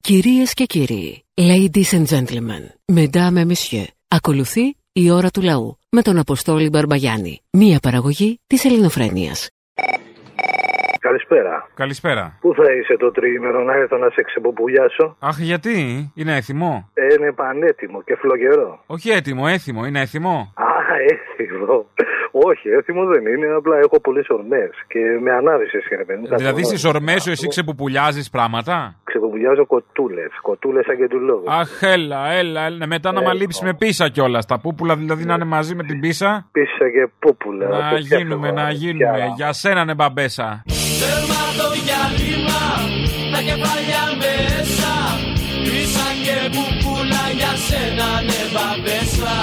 Κυρίες και κύριοι, ladies and gentlemen, mesdames et messieurs, ακολουθεί η ώρα του λαού με τον Αποστόλη Μπαρμπαγιάννη, μία παραγωγή της ελληνοφρένειας. Καλησπέρα. Καλησπέρα. Πού θα είσαι το τριήμερο να έρθω να σε ξεποπουλιάσω. Αχ, γιατί είναι έθιμο. Ε, είναι πανέτοιμο και φλογερό. Όχι έτοιμο, έθιμο, είναι έθιμο. Α, έθιμο. Όχι, έθιμο δεν είναι. Απλά έχω πολλές ορμές και με ανάδεισε σχεδόν. Δηλαδή στις ορμές σου εσύ ξεποπουλιάζει πράγματα. Ξεποπουλιάζω κοτούλες. Κοτούλες σαν και του λόγου. Αχ, έλα, έλα, έλα. Μετά να Έχω. μαλείψει με πίσα κιόλας. Τα πούπουλα δηλαδή να είναι μαζί με την πίσα. Ναι. Πίσα και πούπουλα. Να τέτοια γίνουμε, φλογά, να γίνουμε. τέτοια. Για σένα ναι, μπαμπέσα. Τέρμα το διάλειμμα, τα κεφάλια μέσα. Πίσα και μπουκούλα για σένα ναι, νεβα μέσα.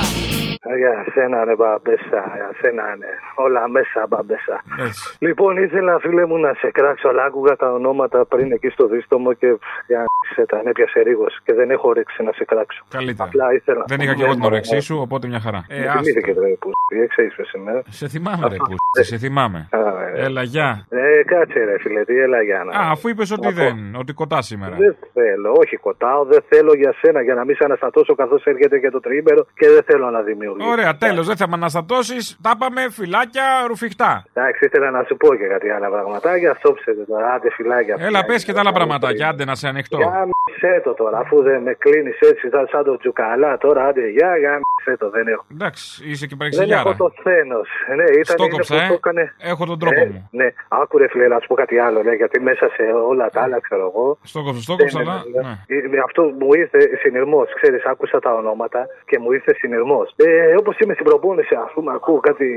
Α, Για σένα ρε μπαμπέσα, για σένα ναι. Όλα μέσα μπαμπέσα. Έτσι. Λοιπόν, ήθελα φίλε μου να σε κράξω, αλλά άκουγα τα ονόματα πριν εκεί στο δίστομο και πφ, για να σε τα έπιασε ρίγος και δεν έχω όρεξη να σε κράξω. Καλύτερα. Απλά ήθελα. Δεν είχα κι εγώ Ναι, την όρεξή σου, οπότε μια χαρά. Ε, Ε, άστο. θυμήθηκε ρε που δεν ξέρεις ποιος είμαι. Σε θυμάμαι, ρε που. Σε θυμάμαι. Α, ε. Έλα, γεια. Ε, κάτσε ρε φίλε, τι έλα για να... Α, αφού είπες ότι Ακούω. δεν, ότι κοντά σήμερα. Δεν θέλω, όχι κοτάω, δεν θέλω για σένα για να μην σε αναστατώσω καθώς έρχεται και το τριήμερο και δεν θέλω να δημιουργήσω. Ωραία, τέλο. Δεν θα με αναστατώσεις. Τα πάμε φυλάκια ρουφιχτά. Εντάξει, ήθελα να σου πω και κάτι άλλα πραγματάκια, στόψε το τώρα, άντε φυλάκια. Έλα, πες και τα άλλα πραγματάκια. Άντε να σε ανοιχτώ. Γάμισε το τώρα, αφού δεν με κλείνεις έτσι θα- σαν το τζουκαλά τώρα, άντε γεια, γάμισε το, δεν έχω. Εντάξει, είσαι και Δεν έχω παρεξηγιάρα. το θένος. Ναι, ήταν είναι Στόκοψα, που το ε. έκανε. Έχω τον τρόπο Ε, μου. Ναι, άκουρε φίλε, να σου πω κάτι άλλο, ναι, γιατί μέσα σε όλα τα άλλα, ξέρω εγώ, Στόκοψα, Δεν στόκοψα, είναι, αλλά. βέβαια. Ναι. Ε, με Αυτό μου ήρθε συνειρμός. Ξέρεις, άκουσα τα ονόματα και μου ήρθε συνειρμός. Ε, Όπως είμαι στην προπόνηση, ας πούμε, ακούω κάτι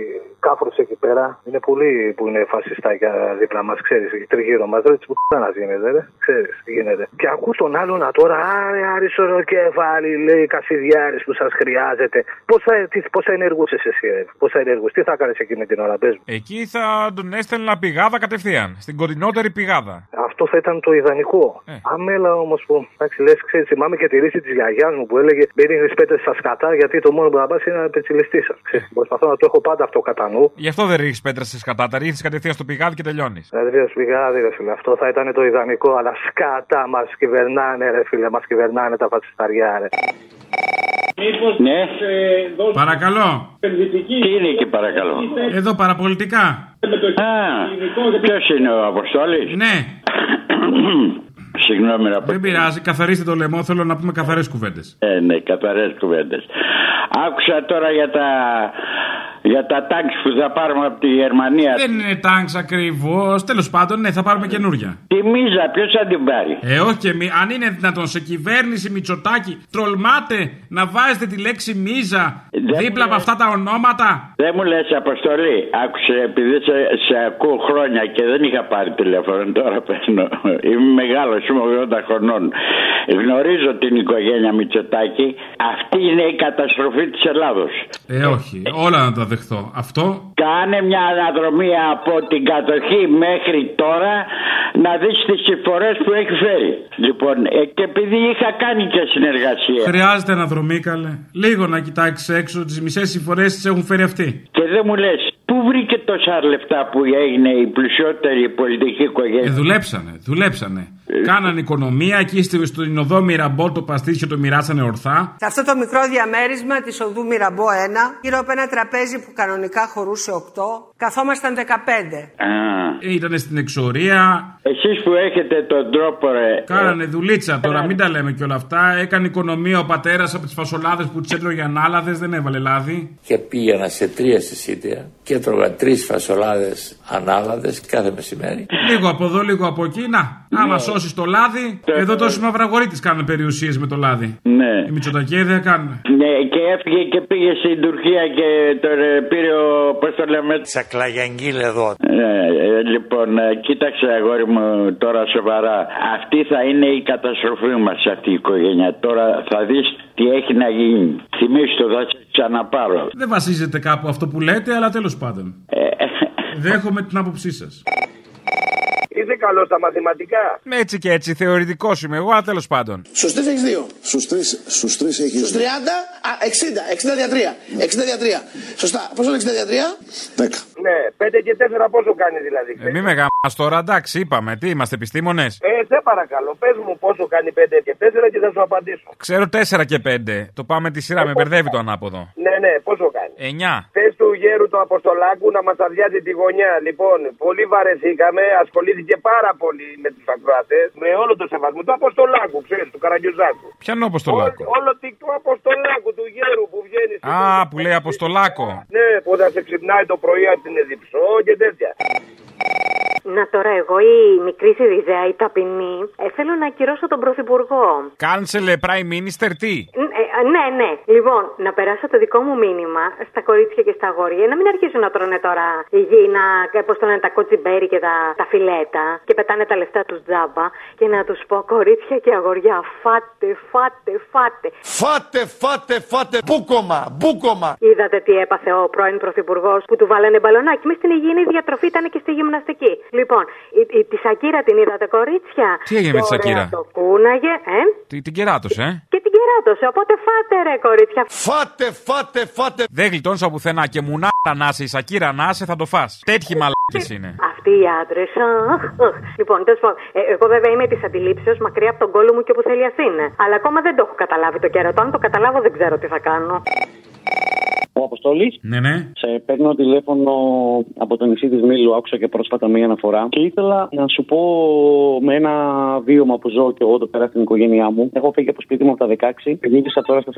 κάφρου εκεί πέρα. Είναι πολλοί που είναι φασιστάκια δίπλα μας, ξέρεις, τριγύρω μας. Δεν ξέρω να γίνεται, ρε. Ξέρεις, γίνεται. Και ακού τον άλλο να τώρα, άρε, άριστο κεφάλι, λέει, κασιδιάρης που σας χρειάζεται. Πώ θα, τι- πώς θα ενεργούσες εσύ, ρε. Πώ θα ενεργούσε, τι θα έκανε εκείνη την ώρα, πες μου. Εκεί θα τον έστελνα πηγάδα κατευθείαν. Στην κοντινότερη πηγάδα. Αυτό θα ήταν το ιδανικό. Ε. Αμέλα όμως που. Εντάξει, λες, ξέρεις, θυμάμαι και τη ρίση της γιαγιάς μου που έλεγε Μπαίνει τι πέτρες στα σκατά, γιατί το μόνο που θα πας είναι να πετσιλιστείς Ναι. σα. Προσπαθώ να το έχω πάντα αυτό κατά νου. Γι' αυτό δεν ρίχνεις πέτρες στι κατάτα. Ρίχνεις κατευθείαν στο πηγάδι και τελειώνεις. Δηλαδή, ρε σπιγάδι, ρε φίλε, αυτό θα ήταν το ιδανικό, αλλά σκάτα μας κυβερνάνε, ρε φίλε, μας κυβερνάνε τα φατσισταριά, ρε. Μήπως Ναι. ε, δώσει Παρακαλώ. επενδυτική Τι είναι εκεί παρακαλώ. Εδώ παραπολιτικά. με το Α, ελληνικό γιατί ποιος είναι ο Αποστόλης. Ναι, Συγγνώμη να πω. πειράζει. Καθαρίστε το λαιμό. Θέλω να πούμε καθαρές κουβέντες. Ε, ναι, καθαρές κουβέντες. Άκουσα τώρα για τα, για τα τάξη που θα πάρουμε από τη Γερμανία. είναι τάγκ ακριβώς. Τέλος πάντων, ναι, θα πάρουμε καινούρια. Τη μίζα ποιος θα την πάρει. Ε, όχι και μη, αν είναι δυνατόν σε κυβέρνηση Μητσοτάκη, τρολμάτε να βάζετε τη λέξη μίζα Δεν δίπλα από είναι. αυτά τα ονόματα. Δεν μου λες Αποστολή, άκουσε επειδή σε, σε ακούω χρόνια και δεν είχα πάρει τηλέφωνο, τώρα παίρνω. Είμαι μεγάλος, είμαι 80 χρονών. Γνωρίζω την οικογένεια Μητσοτάκη. Αυτή είναι η καταστροφή της Ελλάδος. Ε, όχι, όλα να τα δεχθώ. Αυτό. Κάνε μια αναδρομή από την κατοχή μέχρι τώρα να δεις τις συμφορές που έχει φέρει. Λοιπόν, ε, και επειδή είχα κάνει και συνεργασία Χρειάζεται αναδρομή, καλέ. Λίγο να κοιτάξεις έξω, τις μισές συμφορές τις έχουν φέρει αυτοί. και δεν μου λες πού βρήκε τόσα λεφτά που έγινε η πλουσιότερη πολιτική Ε, οικογένεια. δουλέψανε, δουλέψανε. Ε. Κάναν οικονομία εκεί στη- στην οδό Μυραμπό το παστίτσιο το μοιράσανε ορθά. Σε αυτό το μικρό διαμέρισμα της οδού Μυραμπό 1, γύρω από ένα τραπέζι που κανονικά χωρούσε 8, καθόμασταν 15. Α, Ε, Ήτανε στην εξορία, εσείς που έχετε τον τρόπο ρε. ε. Κάνανε δουλίτσα τώρα, μην τα λέμε και όλα αυτά. Έκανε οικονομία ο πατέρας από τις φασολάδες που τι έτρωγε ανάλαδες, δεν έβαλε λάδι. και πήγαινα σε τρία συσίτια και έτρωγα τρεις φασολάδες ανάλαδες κάθε μεσημέρι. Λίγο από εδώ, λίγο από εκεί. Να, άμα σώσεις το λάδι, Ναι. εδώ τόσοι μαυραγωρίτε κάνουν περιουσίες με το λάδι. Ναι. Οι Μητσοτακέοι δεν κάνουν. ναι, και έφυγε και πήγε στην Τουρκία και τον ε, πήρε ο, πώς το λέμε, Τσακλαγιαγγίλ εδώ. Ε, ε, λοιπόν, ε, κοίταξε αγόρι μου τώρα σοβαρά. Αυτή θα είναι η καταστροφή μας αυτή η οικογένεια. Τώρα θα δεις τι έχει να γίνει. Θυμήσου το, θα σε ξαναπάρω. Δεν βασίζεται κάπου αυτό που λέτε, αλλά τέλος πάντων. Ε, Δέχομαι την άποψή σας. Είσαι καλός στα μαθηματικά. Ναι, Έτσι και έτσι, θεωρητικός είμαι εγώ, αλλά τέλος πάντων. Στους τρεις έχεις δύο. Στους τρεις στους τρεις έχεις. Στους 30, α, 60, 60 δια 3. 60 δια 3. Σωστά. Πόσο είναι 60 δια 3? Δέκα. Ναι, 5 και 4 πόσο κάνει δηλαδή. Ε, μη με γα- τώρα εντάξει, είπαμε. Τι είμαστε, επιστήμονες. Ε, σε παρακαλώ, πες μου πόσο κάνει 5 και 4 και θα σου απαντήσω. Ξέρω 4 και 5. Το πάμε τη σειρά, με μπερδεύει το ανάποδο. Ναι, ναι, πόσο κάνει. 9. Θες του γέρου του Αποστολάκου να μας αδειάζει τη γωνιά. Λοιπόν, πολύ βαρεθήκαμε, ασχολήθηκε πάρα πολύ με τους ακροατές. Με όλο το σεβασμό του Αποστολάκου, ξέρεις, του Καραγκιουζάκου. Πιανό Αποστολάκο. Ό, όλο τι- του Αποστολάκου, του γέρου που βγαίνει. στην- Α, που λέει Αποστολάκο. Ναι, που θα σε ξυπνάει το πρωί από την Εδιψό και τέτοια. Να τώρα εγώ η μικρή Σιριζέα, η ταπεινή, ε, θέλω να ακυρώσω τον Πρωθυπουργό. Κάνσελε Prime Minister τι. Ν- ε, α, ναι, ναι. Λοιπόν, να περάσω το δικό μου μήνυμα στα κορίτσια και στα αγόρια. Να μην αρχίσουν να τρώνε τώρα υγιεινά, πώς το λένε, τα κοτσιμπέρι και τα, τα φιλέτα και πετάνε τα λεφτά τους τζάμπα. Και να τους πω, κορίτσια και αγόρια, φάτε, φάτε, φάτε. Φάτε, φάτε, φάτε. Μπούκομα, μπούκομα. Είδατε τι έπαθε ο πρώην Πρωθυπουργός που του βάλανε μπαλονάκι. Μες στην υγιεινή διατροφή ήταν και στη γυμναστική. Λοιπόν, η, η, τη Σακύρα την είδατε, κορίτσια. Τι έγινε με τη Ωραία Σακύρα? Το κούναγε, ε. Τι- Την κεράτωσε, ε. Και την κεράτωσε. Οπότε φάτε, ρε, κορίτσια. Φάτε, φάτε, φάτε. Δεν γλιτώνσα πουθενά και μου να να είσαι, η Σακύρα να είσαι, θα το φας. Τέτοιοι μαλάκες είναι. Αυτοί οι άντρες. Λοιπόν, τέλος πάντων, ε, εγώ βέβαια είμαι της αντιλήψεως μακριά από τον κόλλο μου και όπου θέλει Αθήνα. Αλλά ακόμα δεν το έχω καταλάβει το κέρατο. Αν το καταλάβω, δεν ξέρω τι θα κάνω. Ο Αποστόλης. Ναι, ναι. Σε παίρνω τηλέφωνο από το νησί της Μήλου. Άκουσα και πρόσφατα μία αναφορά. Και ήθελα να σου πω με ένα βίωμα που ζω και εγώ εδώ πέρα στην οικογένειά μου. Έχω φύγει από σπίτι μου από τα 16 και γύρισα τώρα στα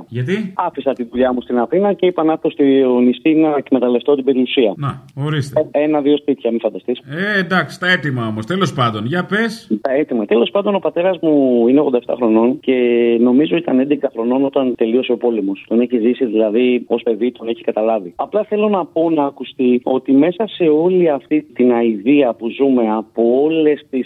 43. Γιατί? Άφησα τη δουλειά μου στην Αθήνα και είπα να έρθω στη νησί να εκμεταλλευτώ την περιουσία. Ε, Να, ορίστε. Ένα-δύο σπίτια, μην φανταστείς. Ε, εντάξει, τα έτοιμα όμως. Τέλος πάντων, για πες. Τα έτοιμα. Τέλος πάντων, ο πατέρας μου είναι 87 χρονών και νομίζω ήταν 11 χρονών όταν τελείωσε ο πόλεμος. Τον έχει ζήσει δηλαδή ω παιδί, τον έχει καταλάβει. Απλά θέλω να πω να ακουστεί ότι μέσα σε όλη αυτή την αηδία που ζούμε από όλες τις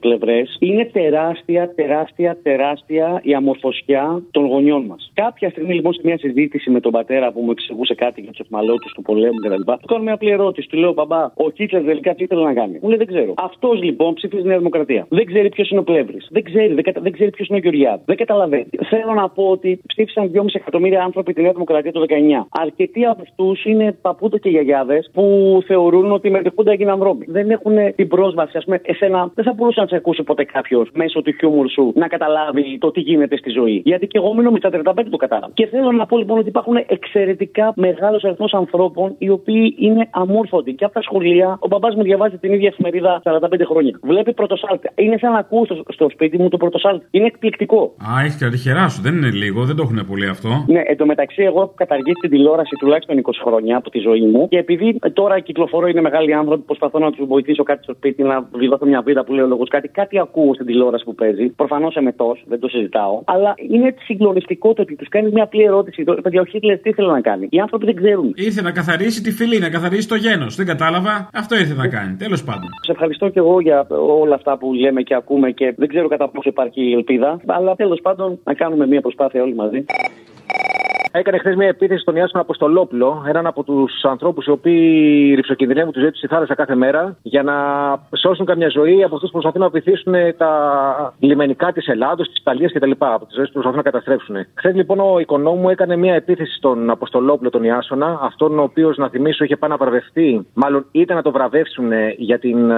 πλευρές είναι τεράστια, τεράστια, τεράστια η αμορφωσιά των γονιών μας. Κάποια στιγμή λοιπόν σε μια συζήτηση με τον πατέρα που μου εξηγούσε κάτι για τους εχμαλώτου του πολέμου κτλ. Του κάνω μια απλή ερώτηση. Του λέω, Παπά, ο Κίτλερ τελικά τι ήθελε να κάνει. Μου λέει, Δεν ξέρω. Αυτός λοιπόν ψήφισε Νέα Δημοκρατία. Δεν ξέρει ποιος είναι ο Πλεύρης. Δεν ξέρει, δεν, κατα... δεν ξέρει ποιος είναι ο Γεωργιάδης. Δεν καταλαβαίνει. Θέλω να πω ότι ψήφισαν 2,5 εκατομμύρια άνθρωποι τη Νέα Δημοκρατία το 19. Αρκετοί από αυτούς είναι παππούτο και γιαγιάδες που θεωρούν ότι με τη Χούντα έγιναν δρόμοι. Δεν έχουν την πρόσβαση, ας πούμε, εσένα δεν θα μπορούσε να σε ακούσει ποτέ κάποιος μέσω του χιούμορ σου να καταλάβει το τι γίνεται στη ζωή. Γιατί και εγώ μείνω με τα 35 το κατάλαβα. Και θέλω να πω λοιπόν ότι υπάρχουν εξαιρετικά μεγάλος αριθμός ανθρώπων οι οποίοι είναι αμόρφωτοι. Και από τα σχολεία, ο μπαμπάς μου διαβάζει την ίδια εφημερίδα 45 χρόνια. Βλέπει πρωτοσάλτε. Είναι σαν να ακούω στο, στο σπίτι μου το πρωτοσάλτε. Είναι εκπληκτικό. Α, έχει και τα τυχερά σου. Δεν είναι λίγο, δεν το έχουν πολύ αυτό. Ναι, εν τω μεταξύ, εγώ έχω καταργήσει την τηλεόραση τουλάχιστον 20 χρόνια από τη ζωή μου. Και επειδή ε, τώρα κυκλοφορώ, είναι μεγάλοι άνθρωποι, προσπαθώ να τους βοηθήσω κάτι στο σπίτι, να βιβάσω μια βίδα που λέει ο λόγο κάτι. Κάτι ακούω στην τηλεόραση που παίζει. Προφανώς εμετό, δεν το συζητάω. Αλλά είναι συγκλονιστικό το ότι τους κάνει μια απλή ερώτηση. Το, παιδιά, ο Χίτλερ τι ήθελε να κάνει. Οι άνθρωποι δεν ξέρουν. Ήρθε να καθαρίσει τη φυλή, να καθαρίσει το γένος. Δεν κατάλαβα. Αυτό ήρθε να κάνει. Τέλος πάντων. Σε ευχαριστώ και εγώ για όλα αυτά που λέμε και ακούμε και δεν ξέρω κατά πόσο υπάρχει ελπίδα. Αλλά τέλος πάντων να κάνουμε μια προσπάθεια όλοι μαζί. Έκανε χθες μια επίθεση στον Ιάσον Αποστολόπουλο, έναν από τους ανθρώπους οι οποίοι ρηψοκινδυνεύουν τη ζωή τους στη θάλασσα κάθε μέρα, για να σώσουν καμιά ζωή από αυτούς που προσπαθούν να βυθίσουν τα λιμενικά της Ελλάδος, της Ιταλίας κτλ. Από τις ζωές που προσπαθούν να καταστρέψουν. Χθες λοιπόν ο οικονόμου έκανε μια επίθεση στον Αποστολόπουλο, τον Ιάσονα, αυτόν ο οποίος να θυμίσω είχε πάει να βραβευτεί, μάλλον ήταν να το βραβεύσουν για την ε,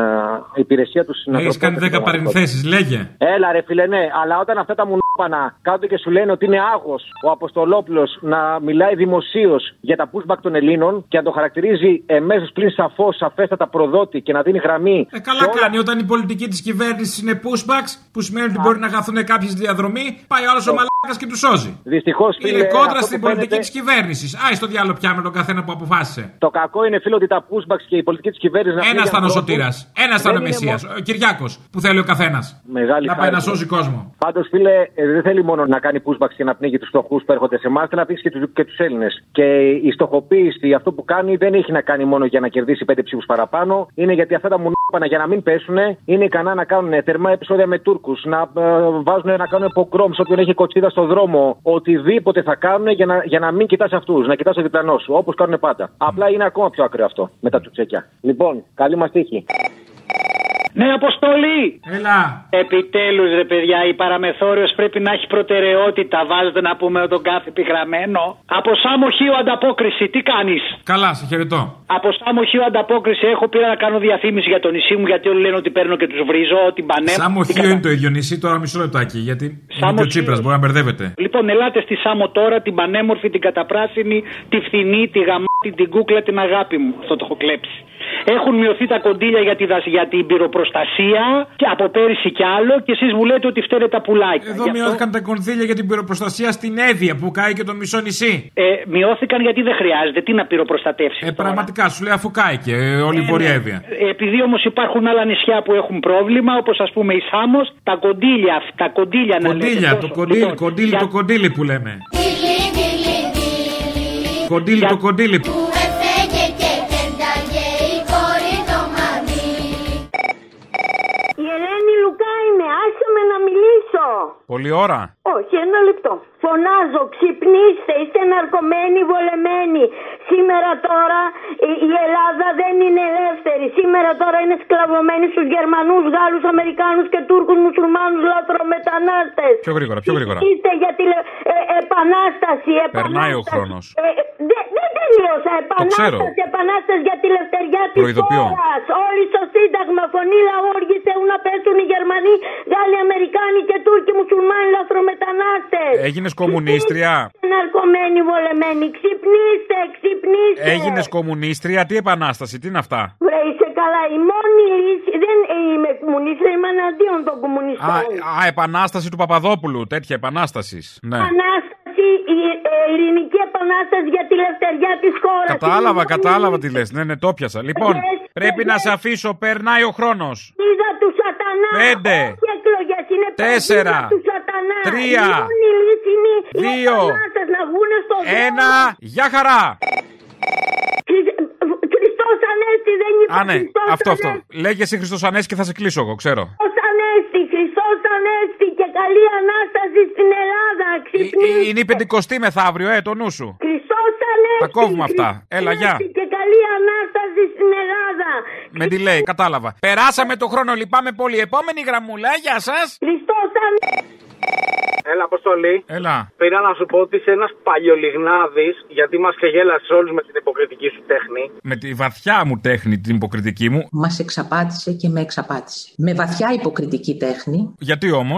υπηρεσία τους στην Έχει κάνει 10 Ε, παρενθέσεις, λέγε. Έλα ρε φίλε, ναι, αλλά όταν αυτά τα μουνόπανα κάτω και σου λένε ότι είναι άγο ο Αποστολόπουλος να μιλάει δημοσίως για τα pushback των Ελλήνων και να το χαρακτηρίζει εμέσως πλην σαφώς, σαφέστατα προδότη και να δίνει γραμμή. Ε, καλά κάνει. Όταν η πολιτική της κυβέρνησης είναι pushbacks, που σημαίνει ότι μπορεί να χαθούν κάποιες διαδρομή, πάει ο άλλος Ε. ο μαλάκας και τους σώζει. Δυστυχώς Είναι κόντρα στην πολιτική της κυβέρνησης. Α, στο διάλογο πια με τον καθένα που αποφάσισε. Το κακό είναι φίλο ότι τα pushbacks και η πολιτική της κυβέρνησης. να Ένα πνίγει ήταν ο ανθρώπους Σωτήρας. Ένας δεν ήταν ο είναι Μεσία. Ο Κυριάκος που θέλει ο καθένας. Μεγάλη Να πάει χάρη να μου. σώζει κόσμο. Πάντως, φίλε, ε, δεν θέλει μόνο να κάνει pushback και να πνίγει τους φτωχούς που έρχονται σε εμάς, θέλει να πνίξει και τους και τους Έλληνες. Και η στοχοποίηση, αυτό που κάνει, δεν έχει να κάνει μόνο για να κερδίσει πέντε ψήφους παραπάνω. Είναι γιατί αυτά τα μουνόπανα για να μην πέσουν είναι ικανά να κάνουν θερμά επεισόδια με Τούρκους, να ε, βάζουν να κάνουν υποκρόμ σε όποιον έχει κοτσίδα στο δρόμο. Οτιδήποτε θα κάνουν για να, για να μην κοιτάς αυτούς, να κοιτάς το διπλανός σου, όπως κάνουν πάντα. Απλά είναι ακόμα πιο ακραίο αυτό με τα τσουτσέκια. Λοιπόν, καλή μας τύχη. Ναι, Αποστολή! Έλα! Επιτέλους, ρε παιδιά, η παραμεθόριος πρέπει να έχει προτεραιότητα. Βάζετε να πούμε τον κάθε επιγραμμένο. Από Σάμο Χίο ανταπόκριση, τι κάνεις. Καλά, σε χαιρετώ. Από Σάμο Χίο ανταπόκριση έχω πήρα να κάνω διαφήμιση για το νησί μου γιατί όλοι λένε ότι παίρνω και τους βρίζω, ότι μπανέμ. Σάμο Χίο είναι το ίδιο νησί, τώρα μισό λεπτάκι. Γιατί είναι και ο Χίο. Τσίπρας, μπορεί να μπερδεύεται. Λοιπόν, ελάτε στη Σάμο τώρα, την πανέμορφη, την καταπράσινη, τη φθηνή, τη γαμάτη, την κούκλα, την αγάπη μου. Αυτό το έχω κλέψει. Έχουν μειωθεί τα κονδύλια για, τη, δασ- για την πυροπροστασία και από πέρυσι κι άλλο και εσείς μου λέτε ότι φταίνε τα πουλάκια. Εδώ Γι' αυτό- μειώθηκαν τα κονδύλια για την πυροπροστασία στην Εύβοια που κάει και το μισό νησί. Ε, μειώθηκαν γιατί δεν χρειάζεται. Τι να πυροπροστατεύσει. Ε, πραγματικά σου λέει αφού κάει και ε, όλη η Ε, Βόρεια ναι. Εύβοια. Επειδή όμως υπάρχουν άλλα νησιά που έχουν πρόβλημα, όπως ας πούμε η Σάμος, τα κονδύλια, αυ- τα κονδύλια να λέτε Κοντήλια, το τόσο. κοντήλι, ναι, Λοιπόν, κοντήλι, για- το κοντήλι που λέμε. Κοντήλι, το κοντήλι. Η Ελένη Λουκά είμαι, άσε με να μιλήσω. Πολύ ώρα. Όχι, ένα λεπτό. Φωνάζω, ξυπνήστε, είστε ναρκωμένοι, βολεμένοι. Σήμερα τώρα η, η Ελλάδα δεν είναι ελεύθερη. Σήμερα τώρα είναι σκλαβωμένη στους Γερμανούς, Γάλλους, Αμερικάνους και Τούρκους, Μουσουλμάνους, λαθρομετανάστες. Πιο γρήγορα, πιο γρήγορα. Είστε για τη ε, επανάσταση, Περνάει ο επανάσταση. χρόνος. Ε, δεν δεν τελείωσα. ξέρω. Επανάσταση, επανάσταση για τη λευτεριά της Προειδοποιώ. χώρας. Όλοι στο Σύνταγμα, φωνή λαόργη, θέλουν να πέσουν οι Γερμανοί, Γάλλοι, Αμερικάνοι και Τούρκοι, Μουσουλμάνοι, λαθρομετανάστες. Έγινες κομμουνίστρια. Ναρκωμένοι, βολεμένοι. Ξυπνήστε, ξυπνήστε. Έγινες Ε, κομμουνίστρια. Τι επανάσταση, τι είναι αυτά. Βρε, είσαι καλά. Η μόνη λύση. Δεν ε, είμαι κομμουνίστρια, είμαι εναντίον των Α, ε, κομμουνιστών. α, επανάσταση του Παπαδόπουλου. Τέτοια επανάσταση. Ναι. Επανάσταση, η ε, ελληνική επανάσταση για τη λευτεριά της χώρας. Κατάλαβα, κατάλαβα τι λες. Ναι, ναι, το πιασα. Λοιπόν, πρέπει να σε αφήσω. Περνάει ο χρόνος. Είδα τους σατανά. Πέντε. Όχι εκλογές, είναι Τέσσερα. παγίδα του σατανά. Τρία. Η μόνη λύση είναι οι Δύο. Ε. επανάστες να βγουν στο δρόμο. Ένα, γεια χαρά! Χρυσ- Χριστός Ανέστη δεν υπάρχει. Α, ναι, Χριστός αυτό, αυτό. Ανέστη. Λέγε εσύ Χριστός Ανέστη και θα σε κλείσω εγώ, ξέρω. Χριστός Ανέστη, Χριστός Ανέστη και καλή Ανάσταση στην Ελλάδα. Ξυπνήστε. Ε, Είναι η πεντηκοστή μεθαύριο, ε, το νου σου. Χριστός Ανέστη. Τα κόβουμε αυτά. Χριστός Έλα, γεια. Ανέστη Και καλή Ανάσταση στην Ελλάδα. Με τη λέει, κατάλαβα. Περάσαμε το χρόνο, λυπάμαι πολύ. Επόμενη γραμμούλα, γεια σας. Χριστός Ανέστη. Έλα, Αποστολή. Έλα. Πήρα να σου πω ότι είσαι ένας παλιολιγνάδης, γιατί μας ξεγέλασε όλους με την υποκριτική σου τέχνη. Με τη βαθιά μου τέχνη, την υποκριτική μου. Μας εξαπάτησε και με εξαπάτησε. Με βαθιά υποκριτική τέχνη. Γιατί όμως,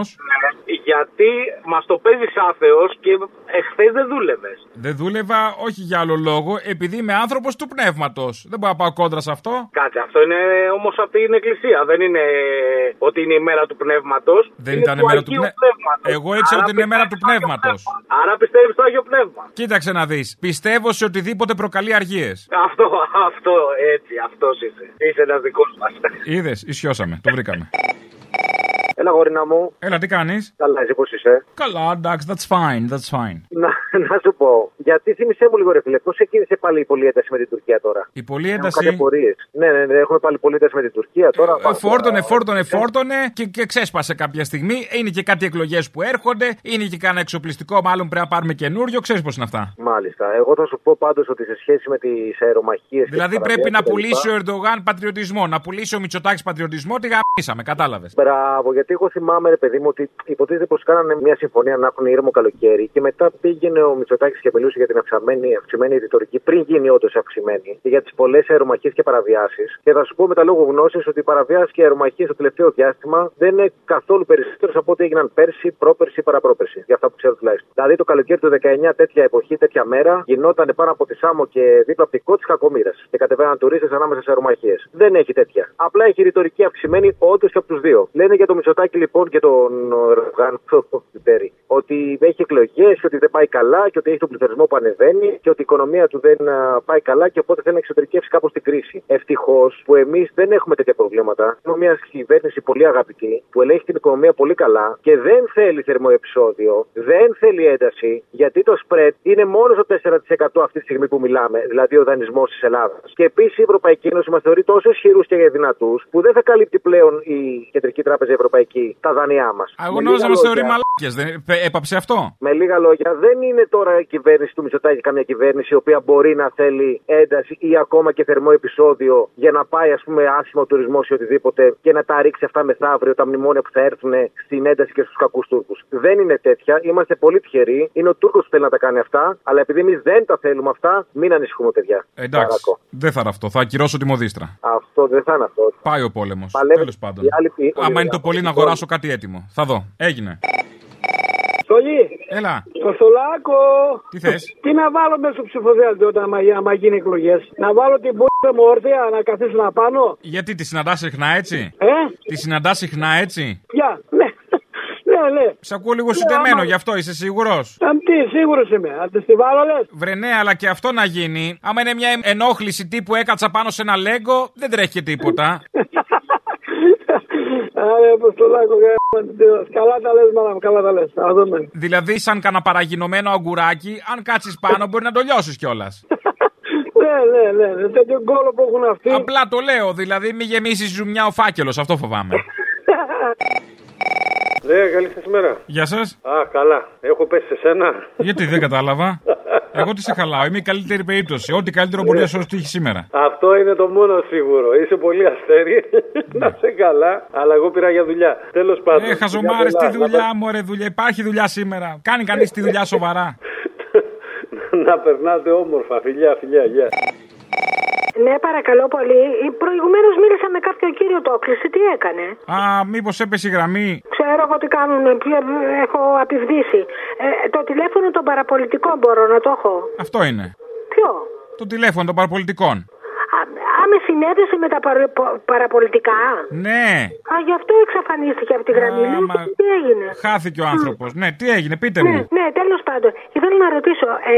Γιατί μας το παίζεις άθεος και εχθές δεν δούλευες. δεν δούλευα όχι για άλλο λόγο, επειδή είμαι άνθρωπος του πνεύματος. Δεν μπορώ να πάω κόντρα σε αυτό. Κάτσε, αυτό είναι όμως από την εκκλησία. Δεν είναι ότι είναι η μέρα του πνεύματος. Δεν ήταν μέρα του πνεύματος. Εγώ ήξερα ότι είναι μέρα του πνεύματο. Άρα πιστεύεις στο Άγιο Πνεύμα. Κοίταξε να δεις. Πιστεύω σε οτιδήποτε προκαλεί αργίες. Αυτό, αυτό, έτσι, αυτός είσαι. Είσαι ένας δικός μας. Είδες, ισιώσαμε. Το βρήκαμε. Έλα, γορίνα μου. Έλα, τι κάνεις. Καλά, εσύ πώς είσαι. Καλά, εντάξει, that's fine, that's fine. Να, να σου πω, γιατί θύμισε μου λίγο ρε φίλε, πώς ξεκίνησε πάλι η πολλή ένταση με την Τουρκία τώρα. Η πολλή Έχω ένταση. κατηγορίες. Ναι, ναι, ναι, έχουμε πάλι πολλή ένταση με την Τουρκία τώρα. Ε, Φόρτωνε, φόρτωνε, φόρτωνε και, και ξέσπασε κάποια στιγμή. Είναι και κάτι εκλογές που έρχονται. Είναι και κανένα εξοπλιστικό, μάλλον πρέπει να πάρουμε καινούριο. Ξέρεις πώς είναι αυτά. Μάλιστα. Εγώ θα σου πω πάντως ότι σε σχέση με τις αερομαχίες. Δηλαδή πρέπει να πουλήσει ο Ερντογάν πατριωτισμό, να πουλήσει ο Μητσοτάκης πατριωτισμό. Τι γαμίσαμε, κατάλαβες. Μπράβο, γιατί εγώ θυμάμαι, ρε παιδί μου, ότι υποτίθεται πως κάνανε μια συμφωνία να έχουν ήρεμο καλοκαίρι και μετά πήγαινε ο Μητσοτάκης και μιλούσε για την αυξημένη, αυξημένη ρητορική πριν γίνει όντως αυξημένη και για τις πολλές αερομαχίες και παραβιάσεις. Και θα σου πω με τα λόγω γνώσης ότι οι παραβιάσεις και οι αερομαχίες στο τελευταίο διάστημα δεν είναι καθόλου περισσότερες από ό,τι έγιναν πέρσι, πρόπερσι, παραπρόπερσι. Για αυτά που ξέρω τουλάχιστον. Δηλαδή το καλοκαίρι του 19, τέτοια εποχή, τέτοια μέρα, γινόταν πάνω από τη Σάμο και δίπλα από την Κότση κακομοίρας. Και κατεβαίναν τουρίστες ανάμεσα σε αερομαχίες. Δεν έχει τέτοια. Απλά έχει ρητορική αυξημένη όντως και από τους δύο. Λένε για το Μητσοτάκη λοιπόν και τον Ερντογάν, το Πιπέρι, ότι έχει εκλογές και ότι δεν πάει καλά και ότι έχει τον πληθωρισμό που ανεβαίνει και ότι η οικονομία του δεν α, πάει καλά και οπότε θέλει να εξωτερικεύσει κάπως την κρίση. Ευτυχώς που εμείς δεν έχουμε τέτοια προβλήματα. Έχουμε μια κυβέρνηση πολύ αγαπητή που ελέγχει την οικονομία πολύ καλά και δεν θέλει θερμό επεισόδιο, δεν θέλει ένταση γιατί το spread είναι μόνο στο 4% αυτή τη στιγμή που μιλάμε, δηλαδή ο δανεισμός της Ελλάδας. Και επίσης η Ευρωπαϊκή Ένωση μας θεωρεί τόσο ισχυρούς και δυνατούς που δεν θα καλύπτει πλέον η Κεντρική Τράπεζα η Ευρωπαϊκής εκεί τα δανειά μας. Εγώ νόμιζα μας θεωρεί μαλάκια. Έπαψε αυτό. Με λίγα λόγια, δεν είναι τώρα η κυβέρνηση του Μητσοτάκη καμιά κυβέρνηση η οποία μπορεί να θέλει ένταση ή ακόμα και θερμό επεισόδιο για να πάει, ας πούμε, άσχημο τουρισμό ή οτιδήποτε και να τα ρίξει αυτά μεθαύριο, τα μνημόνια που θα έρθουν στην ένταση και στους κακούς Τούρκους. Δεν είναι τέτοια. Είμαστε πολύ τυχεροί. Είναι ο Τούρκος που θέλει να τα κάνει αυτά, αλλά επειδή εμείς δεν τα θέλουμε αυτά, μην ανησυχούμε, παιδιά. Ε, Εντάξει. Παρακώ. Δεν θα είναι αυτό. Θα ακυρώσω τη μοδίστρα. Αυτό δεν θα είναι αυτό. Πάει ο πόλεμος. Παλεύετε Τέλος πάντων. οι άλλοι ποιοί. Άμα είναι το πολύ να αγοράσω κάτι έτοιμο. Θα δω. Έγινε. Στολή. Έλα. Κοστολάκο. Τι θες? Τι να βάλω μέσα στο ψηφοδέλτιο όταν μα- άμα γίνει εκλογές. Να βάλω την πόρτα μου όρθια να καθίσουν απάνω. Γιατί τη συναντά συχνά έτσι. Ε? Τη συναντά συχνά έτσι. Πια. Ναι. Ναι, ναι. Σε ακούω λίγο συντεμένο, γι' αυτό είσαι σίγουρος. Αν τι, σίγουρος είμαι. Αν τη τη βάλω, λες. Βρε ναι, αλλά και αυτό να γίνει. Άμα είναι μια ενόχληση τύπου έκατσα πάνω σε ένα λέγκο, δεν τρέχει και τίποτα. Άρα, Αποστολάκο, γάμμα την τύρα. Καλά τα λες, μάνα μου, καλά τα λες. Ας δούμε. δηλαδή, σαν κανένα παραγινωμένο αγκουράκι, αν κάτσεις πάνω μπορεί να το λιώσεις κιόλας. Ναι, ναι, ναι. ναι. Τέτοιο κόλλο που έχουν αυτοί. Απλά το λέω, δηλαδή μη γεμίσεις ζουμιά ο φάκελος, αυτό φοβάμαι. Ναι, καλή σας μέρα. Γεια σας. Α, καλά. Έχω πέσει σε σένα. Γιατί δεν κατάλαβα. Εγώ τι σε χαλάω, είμαι η καλύτερη περίπτωση. Ό,τι καλύτερο μπορεί να σου τύχει σήμερα. Αυτό είναι το μόνο σίγουρο. Είσαι πολύ αστέρι. να σε καλά. Αλλά εγώ πήρα για δουλειά. Τέλος πάντων. Ναι. Ε, χαζομάρες, Δουλειά τι πολλά. δουλειά, μωρέ δουλειά. Υπάρχει δουλειά σήμερα. Κάνει κανείς τη δουλειά σοβαρά. Να, να περνάτε όμορφα. Φιλιά, φιλιά, γεια. Ναι, παρακαλώ πολύ. Προηγουμένως μίλησα με κάποιον κύριο Τόκληση. Τι έκανε. Α, μήπως έπεσε η γραμμή. Ξέρω εγώ τι κάνουν. ποιο- Έχω απειβδίσει. Ε, το τηλέφωνο των παραπολιτικών μπορώ να το έχω. Αυτό είναι. Ποιο. Το τηλέφωνο των παραπολιτικών. Α, με συνέδεση με τα παρο- πο- παραπολιτικά. Ναι, Α, γι' αυτό εξαφανίστηκε από τη γραμμή. Λέω, Τι έγινε. χάθηκε ο άνθρωπος. Ναι, τι έγινε, πείτε μου. Ναι, τέλος πάντων. Και θέλω να ρωτήσω. Ε,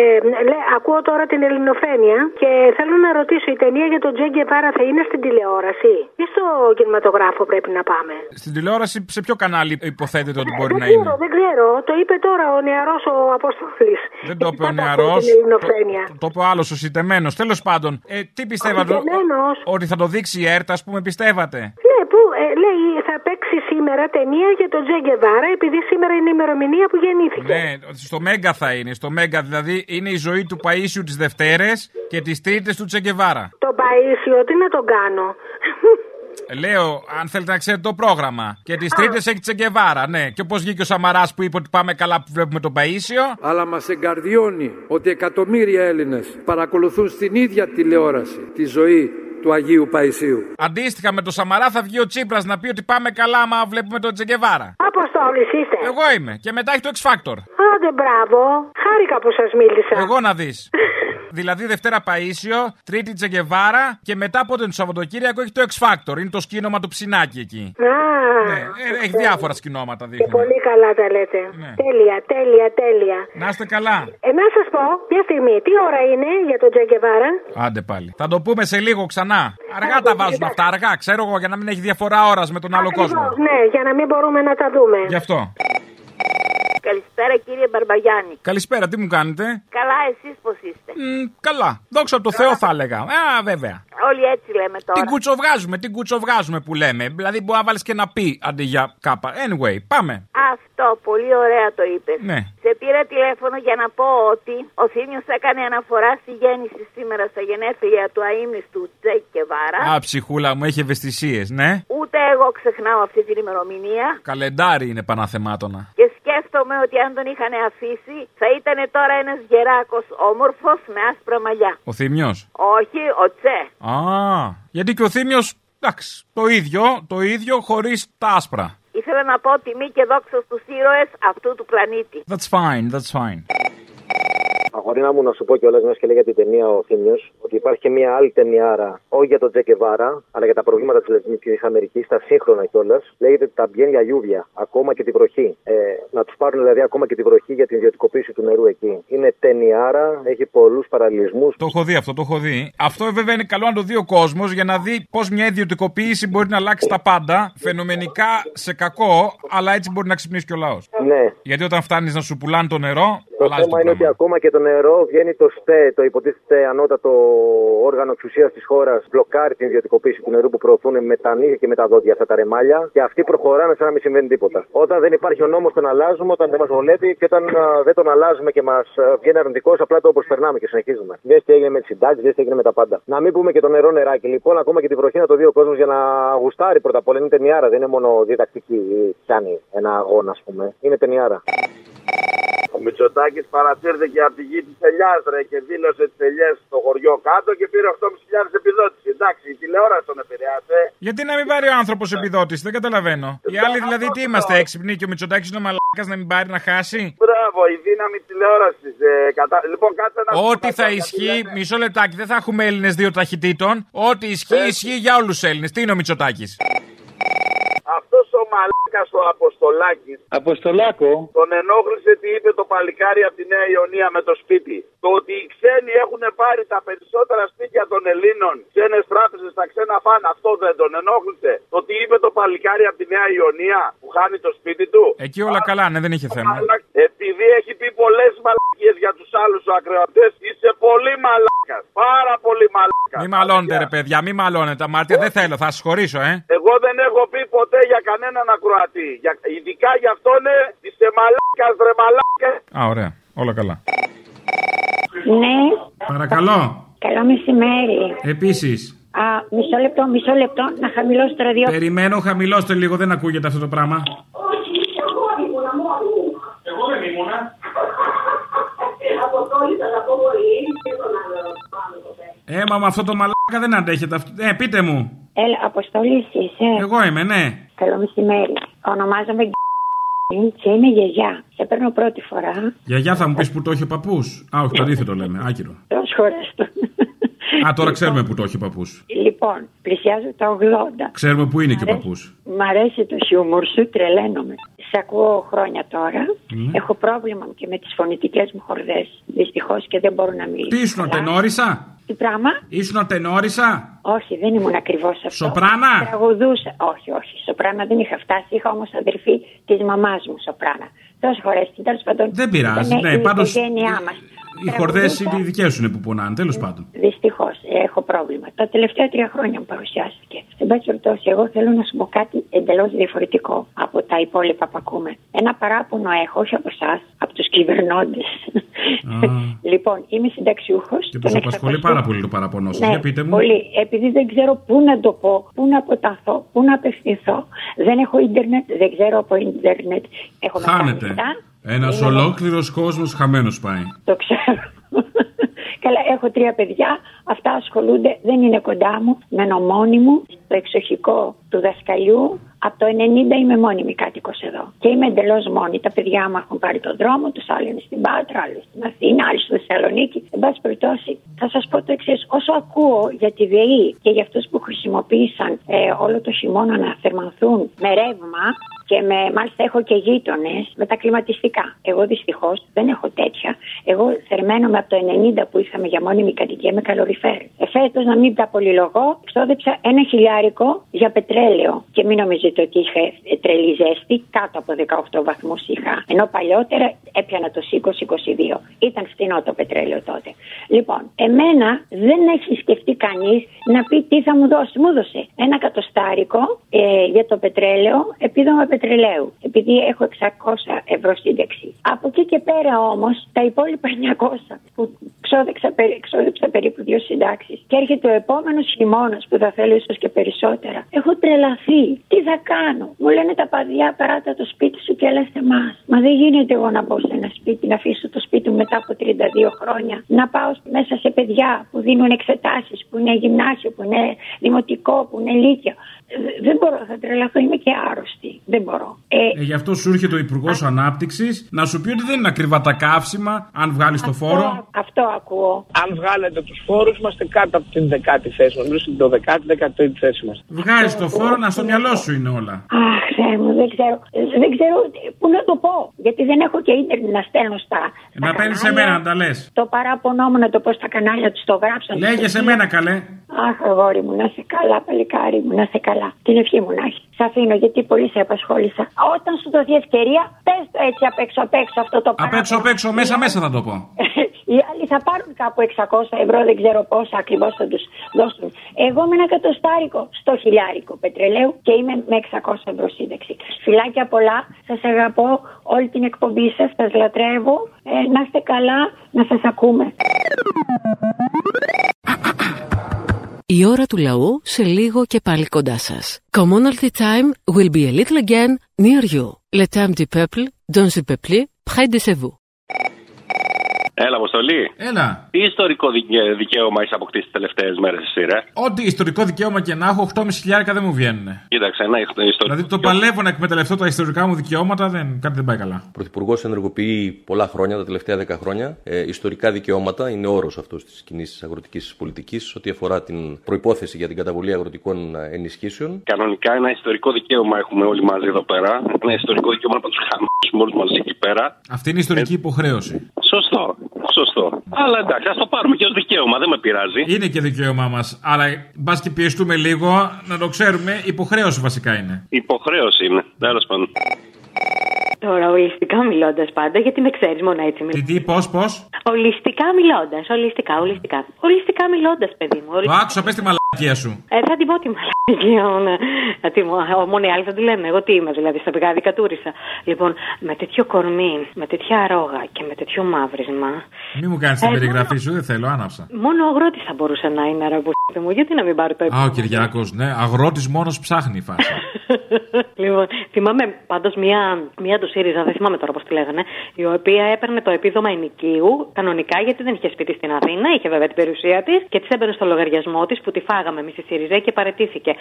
λέ, ακούω τώρα την Ελληνοφένεια και θέλω να ρωτήσω: η ταινία για τον Τζέγκε Πάρα θα είναι στην τηλεόραση ή στο κινηματογράφο πρέπει να πάμε. Στην τηλεόραση, σε ποιο κανάλι υποθέτεται ότι μπορεί Ε, Δεν να είναι. ξέρω, δεν ξέρω. Το είπε τώρα ο νεαρός ο Απόστολη. Δεν το είπε ο Πάντα νεαρό. ακούω την Ελληνοφρένεια. Το είπε ο άλλος, ο συντεμένος. Τέλος πάντων, ε, τι πιστεύατε. ο- Ότι θα το δείξει η ΕΡΤ, ας πούμε, πιστεύατε. Ναι, που ε, λέει θα παίξει σήμερα ταινία για τον Τζέγκε Βάρα επειδή σήμερα είναι η ημερομηνία που γεννήθηκε. Ναι, στο Μέγκα θα είναι. Στο Μέγκα, δηλαδή, είναι η ζωή του Παίσιου τις Δευτέρες και τις Τρίτες του Τσεκεβάρα. Το Παίσιο, τι να τον κάνω. Λέω, αν θέλετε να ξέρετε το πρόγραμμα. Και τις Τρίτες έχει Τσεκεβάρα, ναι. Και πώ βγήκε ο Σαμαράς που είπε ότι πάμε καλά που βλέπουμε τον Παίσιο. αλλά μας εγκαρδιώνει ότι εκατομμύρια Έλληνες παρακολουθούν στην ίδια τηλεόραση τη ζωή του Αγίου Παϊσίου. Αντίστοιχα με τον Σαμαρά θα βγει ο Τσίπρας να πει ότι πάμε καλά άμα βλέπουμε τον Τσεκεβάρα. Αποστόλης είστε. Εγώ είμαι. Και μετά έχει το X-Factor. Άντε, μπράβο. Χάρηκα που σας μίλησα. Εγώ να δεις. δηλαδή Δευτέρα Παίσιο, Τρίτη Τσεκεβάρα και μετά πότε το Σαββατοκύριακο έχει το X-Factor. Είναι το σκήνομα του ψινάκι εκεί. Α, Ε, Έχει διάφορα σκηνώματα δείχνει. πολύ καλά τα λέτε. Ναι. Τέλεια, τέλεια, τέλεια. Να είστε καλά. Ε, να σας πω, μια στιγμή, τι ώρα είναι για τον Τζέγκε Βάρα. Άντε πάλι. Θα το πούμε σε λίγο ξανά. Αργά τα βάζουν αυτά, αργά, ξέρω εγώ, για να μην έχει διαφορά ώρας με τον άλλο κόσμο. Ναι, για να μην μπορούμε να τα δούμε. Γι' αυτό. Καλησπέρα κύριε Μπαρμπαγιάννη. Καλησπέρα, τι μου κάνετε. Καλά εσείς πώς είστε. Μ, καλά. Δόξα από το Θεό θα έλεγα. Α, βέβαια. Όλοι έτσι λέμε τώρα. Την κουτσοβγάζουμε, την κουτσοβγάζουμε που λέμε. Δηλαδή μπορεί να βάλεις και ένα πι αντί για κάπα. Anyway, πάμε. Αυτό πολύ ωραία το είπες. Ναι. Σε πήρα τηλέφωνο για να πω ότι ο Θήμιος έκανε αναφορά στη γέννηση σήμερα στα γενέθλια του αείμνηστου Τζέκ και Ε. Βάρα. Α, ψυχούλα μου, έχει ευαισθησίες, ναι. Ούτε εγώ ξεχνάω αυτή την ημερομηνία Καλεντάρι είναι Παναθεμάτονα. και σκέφτομαι ότι αν τον είχαν αφήσει θα ήταν τώρα ένας γεράκος όμορφος με άσπρα μαλλιά. Ο Θήμιος. Όχι, ο Τσε. Α, γιατί και ο Θήμιος. Εντάξει, το ίδιο, το ίδιο χωρίς τα άσπρα. Ήθελα να πω τιμή και δόξα στους ήρωες αυτού του πλανήτη. That's fine, that's fine. Αγορίνα μου να σου πω κιόλας, μιας και λέει για την ταινία ο Θήμιος, ότι υπάρχει και μια άλλη ταινιάρα, όχι για τον Τζεκεβάρα, αλλά για τα προβλήματα της Λατινικής Αμερικής, τα σύγχρονα κιόλας. Λέγεται τα μπιέν για γιούβια, ακόμα και την βροχή. Ε, να τους πάρουν δηλαδή ακόμα και την βροχή για την ιδιωτικοποίηση του νερού εκεί. Είναι ταινιάρα, έχει πολλούς παραλληλισμούς. Το έχω δει αυτό, το έχω δει. Αυτό βέβαια είναι καλό να το δει ο κόσμος για να δει πώς μια ιδιωτικοποίηση μπορεί να αλλάξει τα πάντα. Φαινομενικά σε κακό, αλλά έτσι μπορεί να ξυπνήσει και ο λαός. Ναι, Γιατί όταν φτάνεις να σου πουλάνε το νερό, Το Αλλάζει θέμα το είναι ότι ακόμα και το νερό βγαίνει το ΣΤΕ, το υποτίθεται ανώτατο όργανο εξουσίας της χώρας, μπλοκάρει την ιδιωτικοποίηση του νερού που προωθούν με τα νύχια και με τα δόντια αυτά τα ρεμάλια και αυτοί προχωράνε σαν να μην συμβαίνει τίποτα. Όταν δεν υπάρχει ο νόμος, τον αλλάζουμε, όταν δεν μας βολεύει και όταν α, δεν τον αλλάζουμε και μας βγαίνει αρνητικός, απλά το προσπερνάμε και συνεχίζουμε. Δες τι έγινε με τις συντάξεις, δες τι έγινε με τα πάντα. Να μην πούμε και το νερό νεράκι, λοιπόν, ακόμα και την βροχή να το δει ο κόσμος για να γουστάρει πρώτα απ' όλα. Είναι ταινιάρα, δεν είναι μόνο διδακτική ή πιάνει ένα αγώνα, ας πούμε. Είναι ταινιάρα. Ο Μητσοτάκης παρασύρθηκε από τη γη της Ελιάς ρε και δήλωσε τις ελιές στο χωριό κάτω και πήρε 8.500 επιδότηση. Εντάξει, η τηλεόραση τον επηρέασε. Γιατί να μην πάρει ο άνθρωπος επιδότηση, δεν καταλαβαίνω. Οι άλλοι δηλαδή τι είμαστε, έξυπνοι και ο Μητσοτάκης είναι ο μαλάκας να μην πάρει να χάσει. Μπράβο, η δύναμη τηλεόρασης. Ε, κατα... Λοιπόν, κάτσε να. Ό,τι θα ισχύει, μισό λεπτάκι, δεν θα έχουμε Έλληνες δύο ταχυτήτων. Ό,τι ισχύει, ισχύει για όλους τους Έλληνες. Τι είναι ο Μητσοτάκης. Αυτός ο μαλάκας ο Αποστολάκης Αποστολάκο. τον ενόχλησε τι είπε το παλικάρι από τη Νέα Ιωνία με το σπίτι. Το ότι οι ξένοι έχουν πάρει τα περισσότερα σπίτια των Ελλήνων, ξένες τράπεζες, τα ξένα φαν, αυτό δεν τον ενόχλησε. Το ότι είπε το παλικάρι από τη Νέα Ιωνία που χάνει το σπίτι του. Εκεί όλα καλά, ναι, δεν είχε θέμα. Επειδή έχει πει πολλές μαλακίε για τους άλλους ακροατές, είσαι πολύ μαλάκας. Πάρα πολύ μαλάκας. Μη μαλώνετε, ρε παιδιά, μη μαλώνετε. Αμάρτια, δεν θέλω, θα σας χωρίσω, ε. Εγώ δεν έχω πει ποτέ για κανέναν ακροατή. Για... Ειδικά για αυτόν, ναι, είσαι μαλάκας, ρε μαλάκα. Α, ωραία. Όλα καλά. Ναι, Παρακαλώ. καλό μεσημέρι. Επίσης. Α, μισό λεπτό, μισό λεπτό, να χαμηλώσω το ραδιό. Περιμένω, χαμηλώστε λίγο, δεν ακούγεται αυτό το πράγμα. Εγώ δεν ήμουνα. Έμα Ε, με αυτό το μαλάκα δεν αντέχετε. αυτό. Ε, πείτε μου. Έλα, αποστολή είσαι. Εγώ είμαι, ναι. Καλό μεσημέρι. Ονομάζομαι Γκ- και είμαι γιαγιά. Σε παίρνω πρώτη φορά. Γιαγιά θα μου πεις που το έχει ο παππούς. Α, όχι, το αντίθετο λέμε. Άκυρο. Ε, Προσχωρέστο. Α, τώρα ξέρουμε που το έχει ο παππούς. Λοιπόν, Ε. πλησιάζω τα 80. Ξέρουμε που είναι και ο παππούς. Μ' αρέσει το χιούμορ σου, τρελαίνομαι. Σ' ακούω χρόνια τώρα. Μμμ. Έχω πρόβλημα και με τις φωνητικές μου χορδές. Δυστυχώς και δεν μπορώ να μιλήσω. Τι ήσουν, τενόρισα. Τι πράγμα? Ήσουν τενόρισα. Όχι, δεν ήμουν ακριβώς αυτό. Σοπράνα? Τραγουδούσα. Όχι, όχι. Σοπράνα δεν είχα φτάσει. Είχα όμως αδερφή της μαμάς μου σοπράνα. Τόσες φορές την τέλος πάντων. Δεν πειράζει, ήταν ναι, η πάντως- οικογένειά μας. Οι χορδέ είναι οι δικές σου είναι που πονάνε, τέλος πάντων. Ε, Δυστυχώς έχω πρόβλημα. Τα τελευταία τρία χρόνια μου παρουσιάστηκε. Εν πάση περιπτώσει, εγώ θέλω να σου πω κάτι εντελώς διαφορετικό από τα υπόλοιπα που ακούμε. Ένα παράπονο έχω, όχι από εσάς, από τους κυβερνώντες. λοιπόν, είμαι συνταξιούχος. Και του απασχολεί πάρα πολύ το παραπονό σας. Ε, Ναι, Για πείτε μου. πολύ. Επειδή δεν ξέρω πού να το πω, πού να αποταθώ, πού να απευθυνθώ. Δεν έχω ίντερνετ, δεν ξέρω από ίντερνετ. Έχω Χάνεται. μεταφραστά. Ένας Είναι- ολόκληρος κόσμος χαμένος πάει. Το ξέρω. Καλά, έχω τρία παιδιά. Αυτά ασχολούνται, δεν είναι κοντά μου. Μένω μόνη μου στο εξοχικό του δασκαλιού. Από το 90 είμαι μόνιμη κάτοικος εδώ. Και είμαι εντελώς μόνη. Τα παιδιά μου έχουν πάρει τον δρόμο τους. Άλλοι είναι στην Πάτρα, άλλοι στην Αθήνα, άλλοι στη Θεσσαλονίκη. Εν πάση περιπτώσει, θα σας πω το εξής. Όσο ακούω για τη ΔΕΗ και για αυτούς που χρησιμοποίησαν ε, όλο το χειμώνα να θερμανθούν με ρεύμα και με, μάλιστα έχω και γείτονες με τα κλιματιστικά. Εγώ δυστυχώς δεν έχω τέτοια. Εγώ θερμαίνομαι από το 90 που είχαμε για μόνιμη κατοικία με καλοριφέρ. Εφέτος, να μην τα πολυλογώ, ξόδεψα ένα χιλιάρικο για πετρέλαιο. Και μην νομίζετε ότι είχα ε, τρελή ζέστη, κάτω από 18 βαθμούς είχα. Ενώ παλιότερα έπιανα το 20-22. Ήταν φθηνό το πετρέλαιο τότε. Λοιπόν, εμένα δεν έχει σκεφτεί κανείς να πει τι θα μου δώσει. Μου δώσε ένα κατοστάρικο ε, για το πετρέλαιο, επίδομα πετρελαίου, επειδή έχω 600 ευρώ σύνταξη. Από εκεί και πέρα όμως, τα υπόλοιπα 900 που ξόδεψα, περί- ξόδεψα περίπου δύο συντάξεις, και έρχεται ο επόμενος χειμώνας που θα θέλω ίσως και περισσότερα. Έχω τρελαθεί. Τι θα κάνω. Μου λένε τα παιδιά, παράτα το σπίτι σου και έλα σε εμάς. Μα δεν γίνεται εγώ να μπω σε ένα σπίτι, να αφήσω το σπίτι μου μετά από 32 χρόνια. Να πάω μέσα σε παιδιά που δίνουν εξετάσεις, που είναι γυμνάσιο, που είναι δημοτικό, που είναι λύκειο. Δε- Δεν μπορώ, θα τρελαθώ, είμαι και άρρωστη. Δεν μπορώ. Ε, Ε, γι' αυτό σου έρχεται ο Υπουργός Ανάπτυξης να σου πει ότι δεν είναι ακριβά τα καύσιμα, αν βγάλεις το φόρο. Αυτό ακούω. Αν βγάλετε τους φόρους, είμαστε κάτω από την δεκάτη θέση μας. Είμαστε στην 12η, 13η θέση μας. Βγάζει το φόρο, να στο μυαλό σου είναι όλα. Αχ, Θεέ μου, δεν ξέρω, δεν ξέρω πού να το πω. Γιατί δεν έχω και ίντερνετ να στέλνω στα. Να παίρνεις σε κανάλια. μένα να τα λες. Το παράπονό μου να το πω στα κανάλια τους, το γράψαν. Λέγε σε μένα, καλέ. Αχ, αγόρι μου, να είσαι καλά, παλικάρι μου, να είσαι καλά. Την ευχή μου να έχει. Σ' αφήνω γιατί πολύ σε έπασα απασχόλησα. Όταν σου δοθεί ευκαιρία, πες το έτσι απ' έξω απ' έξω αυτό το Απ' έξω, απ' έξω, μέσα, μέσα θα το πω. Ε, Οι άλλοι θα πάρουν κάπου 600 ευρώ, δεν ξέρω πόσα ακριβώς θα τους δώσουν. Εγώ με ένα εκατοστάρικο στο χιλιάρικο πετρελαίου και είμαι με 600 ευρώ σύνταξη. Φιλάκια πολλά, σας αγαπώ όλη την εκπομπή σας, σας λατρεύω. Ε, να είστε καλά, να σας ακούμε. Η ώρα του λαού σε λίγο και πάλι κοντά σας. Commonalty time will be a little again near you. Le temps du peuple, dans le peuple, près de chez vous. Έλα, Αποστολή. Έλα. Τι ιστορικό δικαι- δικαίωμα έχεις αποκτήσει τις τελευταίες μέρες, εσύ, ρε. Ό,τι ιστορικό δικαίωμα και να έχω, 8.500 δεν μου βγαίνουν. Κοίταξε, ένα ιστο- ιστορικό. Δηλαδή το παλεύω να εκμεταλλευτώ τα ιστορικά μου δικαιώματα, δεν, κάτι δεν πάει καλά. Ο Πρωθυπουργός ενεργοποιεί πολλά χρόνια, τα τελευταία 10 χρόνια, ε, ιστορικά δικαιώματα. Είναι όρος αυτός της κοινής αγροτικής πολιτικής, ό,τι αφορά την προπόθεση για την καταβολή αγροτικών ε, ενισχύσεων. Κανονικά ένα ιστορικό δικαίωμα έχουμε όλοι μαζί εδώ πέρα. Ένα ιστορικό δικαίωμα να τους χαμίσουμε όλους μαζί εκεί πέρα. Αυτή είναι η ιστορική υποχρέωση. Σωστό. Σωστό. Αλλά εντάξει, ας το πάρουμε και ως δικαίωμα, δεν με πειράζει. Είναι και δικαίωμά μας. Αλλά μπας και πιεστούμε λίγο, να το ξέρουμε, υποχρέωση βασικά είναι. Υποχρέωση είναι. Τέλος πάντων. Τώρα, ολιστικά μιλώντας πάντα, γιατί με ξέρεις μόνο έτσι Τι, μιλά. τι, πώς, πώς. Ολιστικά μιλώντας, ολιστικά, ολιστικά. Ολιστικά μιλώντας, παιδί μου. Το ολι- άκουσα, πες τη μαλακία σου. Ε, θα την πω τη μαλακία. ω, ναι. Να τη- ο- Μόνο οι άλλοι θα τη λένε. Εγώ τι είμαι, δηλαδή, στα πηγάδια κατούρισα. Λοιπόν, με τέτοιο κορμί, με τέτοια ρόγα και με τέτοιο μαύρισμα, Μη μου κάνεις την Ε, περιγραφή σου, δεν θέλω, άναψα. μόνο ο αγρότης θα μπορούσε να είναι αραμπουσί μου. Γιατί να μην πάρω το Α, ο επόμενο. Κυριάκος, ναι, αγρότης μόνος ψάχνει η φάση. λοιπόν, θυμάμαι πάντως μία, μία του ΣΥΡΙΖΑ, δεν θυμάμαι τώρα πώς τη λέγανε, η οποία έπαιρνε το επίδομα ενοικίου κανονικά γιατί δεν είχε σπίτι στην Αθήνα, είχε βέβαια την περιουσία της και της έμπαινε στο λογαριασμό της που τη φάγαμε εμείς στη ΣΥΡΙΖΑ και παρετήθηκε.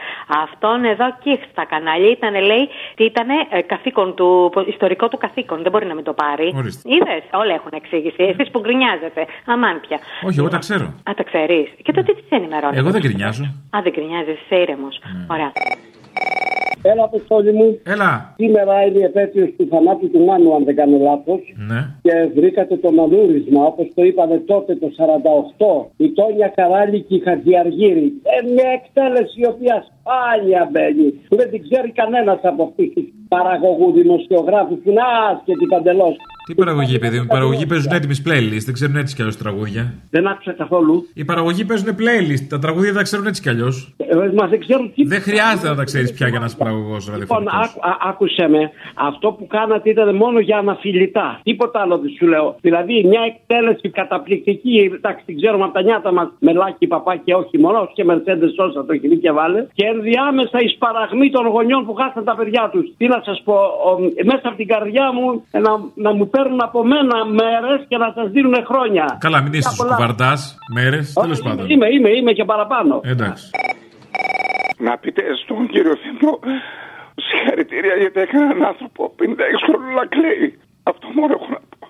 Αυτόν εδώ κοίχ στα κανάλια ήταν, λέει, τι ήταν καθήκον του, ιστορικό του καθήκον. Δεν μπορεί να μην το πάρει. Ορίστε. Ναι. Είδε, όλα έχουν εξήγηση. Εσείς που γκρινιάζετε. Αμάν πια. Όχι, εγώ τα ξέρω. Α, τα ξέρεις. Και τότε τι της ενημερώνεις. Εγώ δεν Ναι. κρινιάζω. Α, δεν γκρινιάζεις, είσαι ήρεμος. Ωραία. Έλα, Αποστόλη μου. Έλα. Σήμερα είναι η επέτειος του θανάτου του Μάνου, αν δεν κάνω λάθος. Ναι. Και βρήκατε το μανούρισμα, όπως το είπανε τότε το 48, η Τόνια Καράλη και η Χατζιαργύρη. Ε, μια εκτέλεση η οποία σπάνια μπαίνει. Δεν την ξέρει κανένας από αυτούς τους παραγωγούς δημοσιογράφους. Είναι άσχετη παντελώς. Τι παραγωγή, παιδί μου, οι παραγωγοί παίζουν έτοιμες playlist, δεν ξέρουν έτσι κι αλλιώς τραγούδια. Δεν άκουσα καθόλου. Οι παραγωγοί παίζουν playlist, τα τραγούδια τα ξέρουν έτσι κι αλλιώς. Ε, Μα δεν ξέρουν τι. Δεν χρειάζεται να τα ξέρεις πια για να είσαι παραγωγός Λοιπόν, άκου- α- άκουσε με, αυτό που κάνατε ήταν μόνο για αναφιλητά. Τίποτα άλλο δεν σου λέω. Δηλαδή, μια εκτέλεση καταπληκτική, εντάξει, την ξέρουμε από τα νιάτα μας, με λάκι παπά και όχι μόνος, και μερσέντες όσα το χειρί και βάλε. Και ενδιάμεσα η σπαραγμή των γονιών που χάσαν τα παιδιά τους. Τι να σας πω, ο- μέσα από την καρδιά μου ε, να, να μου παίρνουν από μένα μέρες και να σας δίνουν χρόνια. Καλά, μην είσαι πολλά. κουβαρτάς, μέρες, τέλος πάντων. Είμαι, είμαι, είμαι και παραπάνω. Εντάξει. Να πείτε στον κύριο Θημό συγχαρητήρια γιατί έκανε έναν άνθρωπο 56 χρόνων να κλαίει. Αυτό μόνο έχω να πω.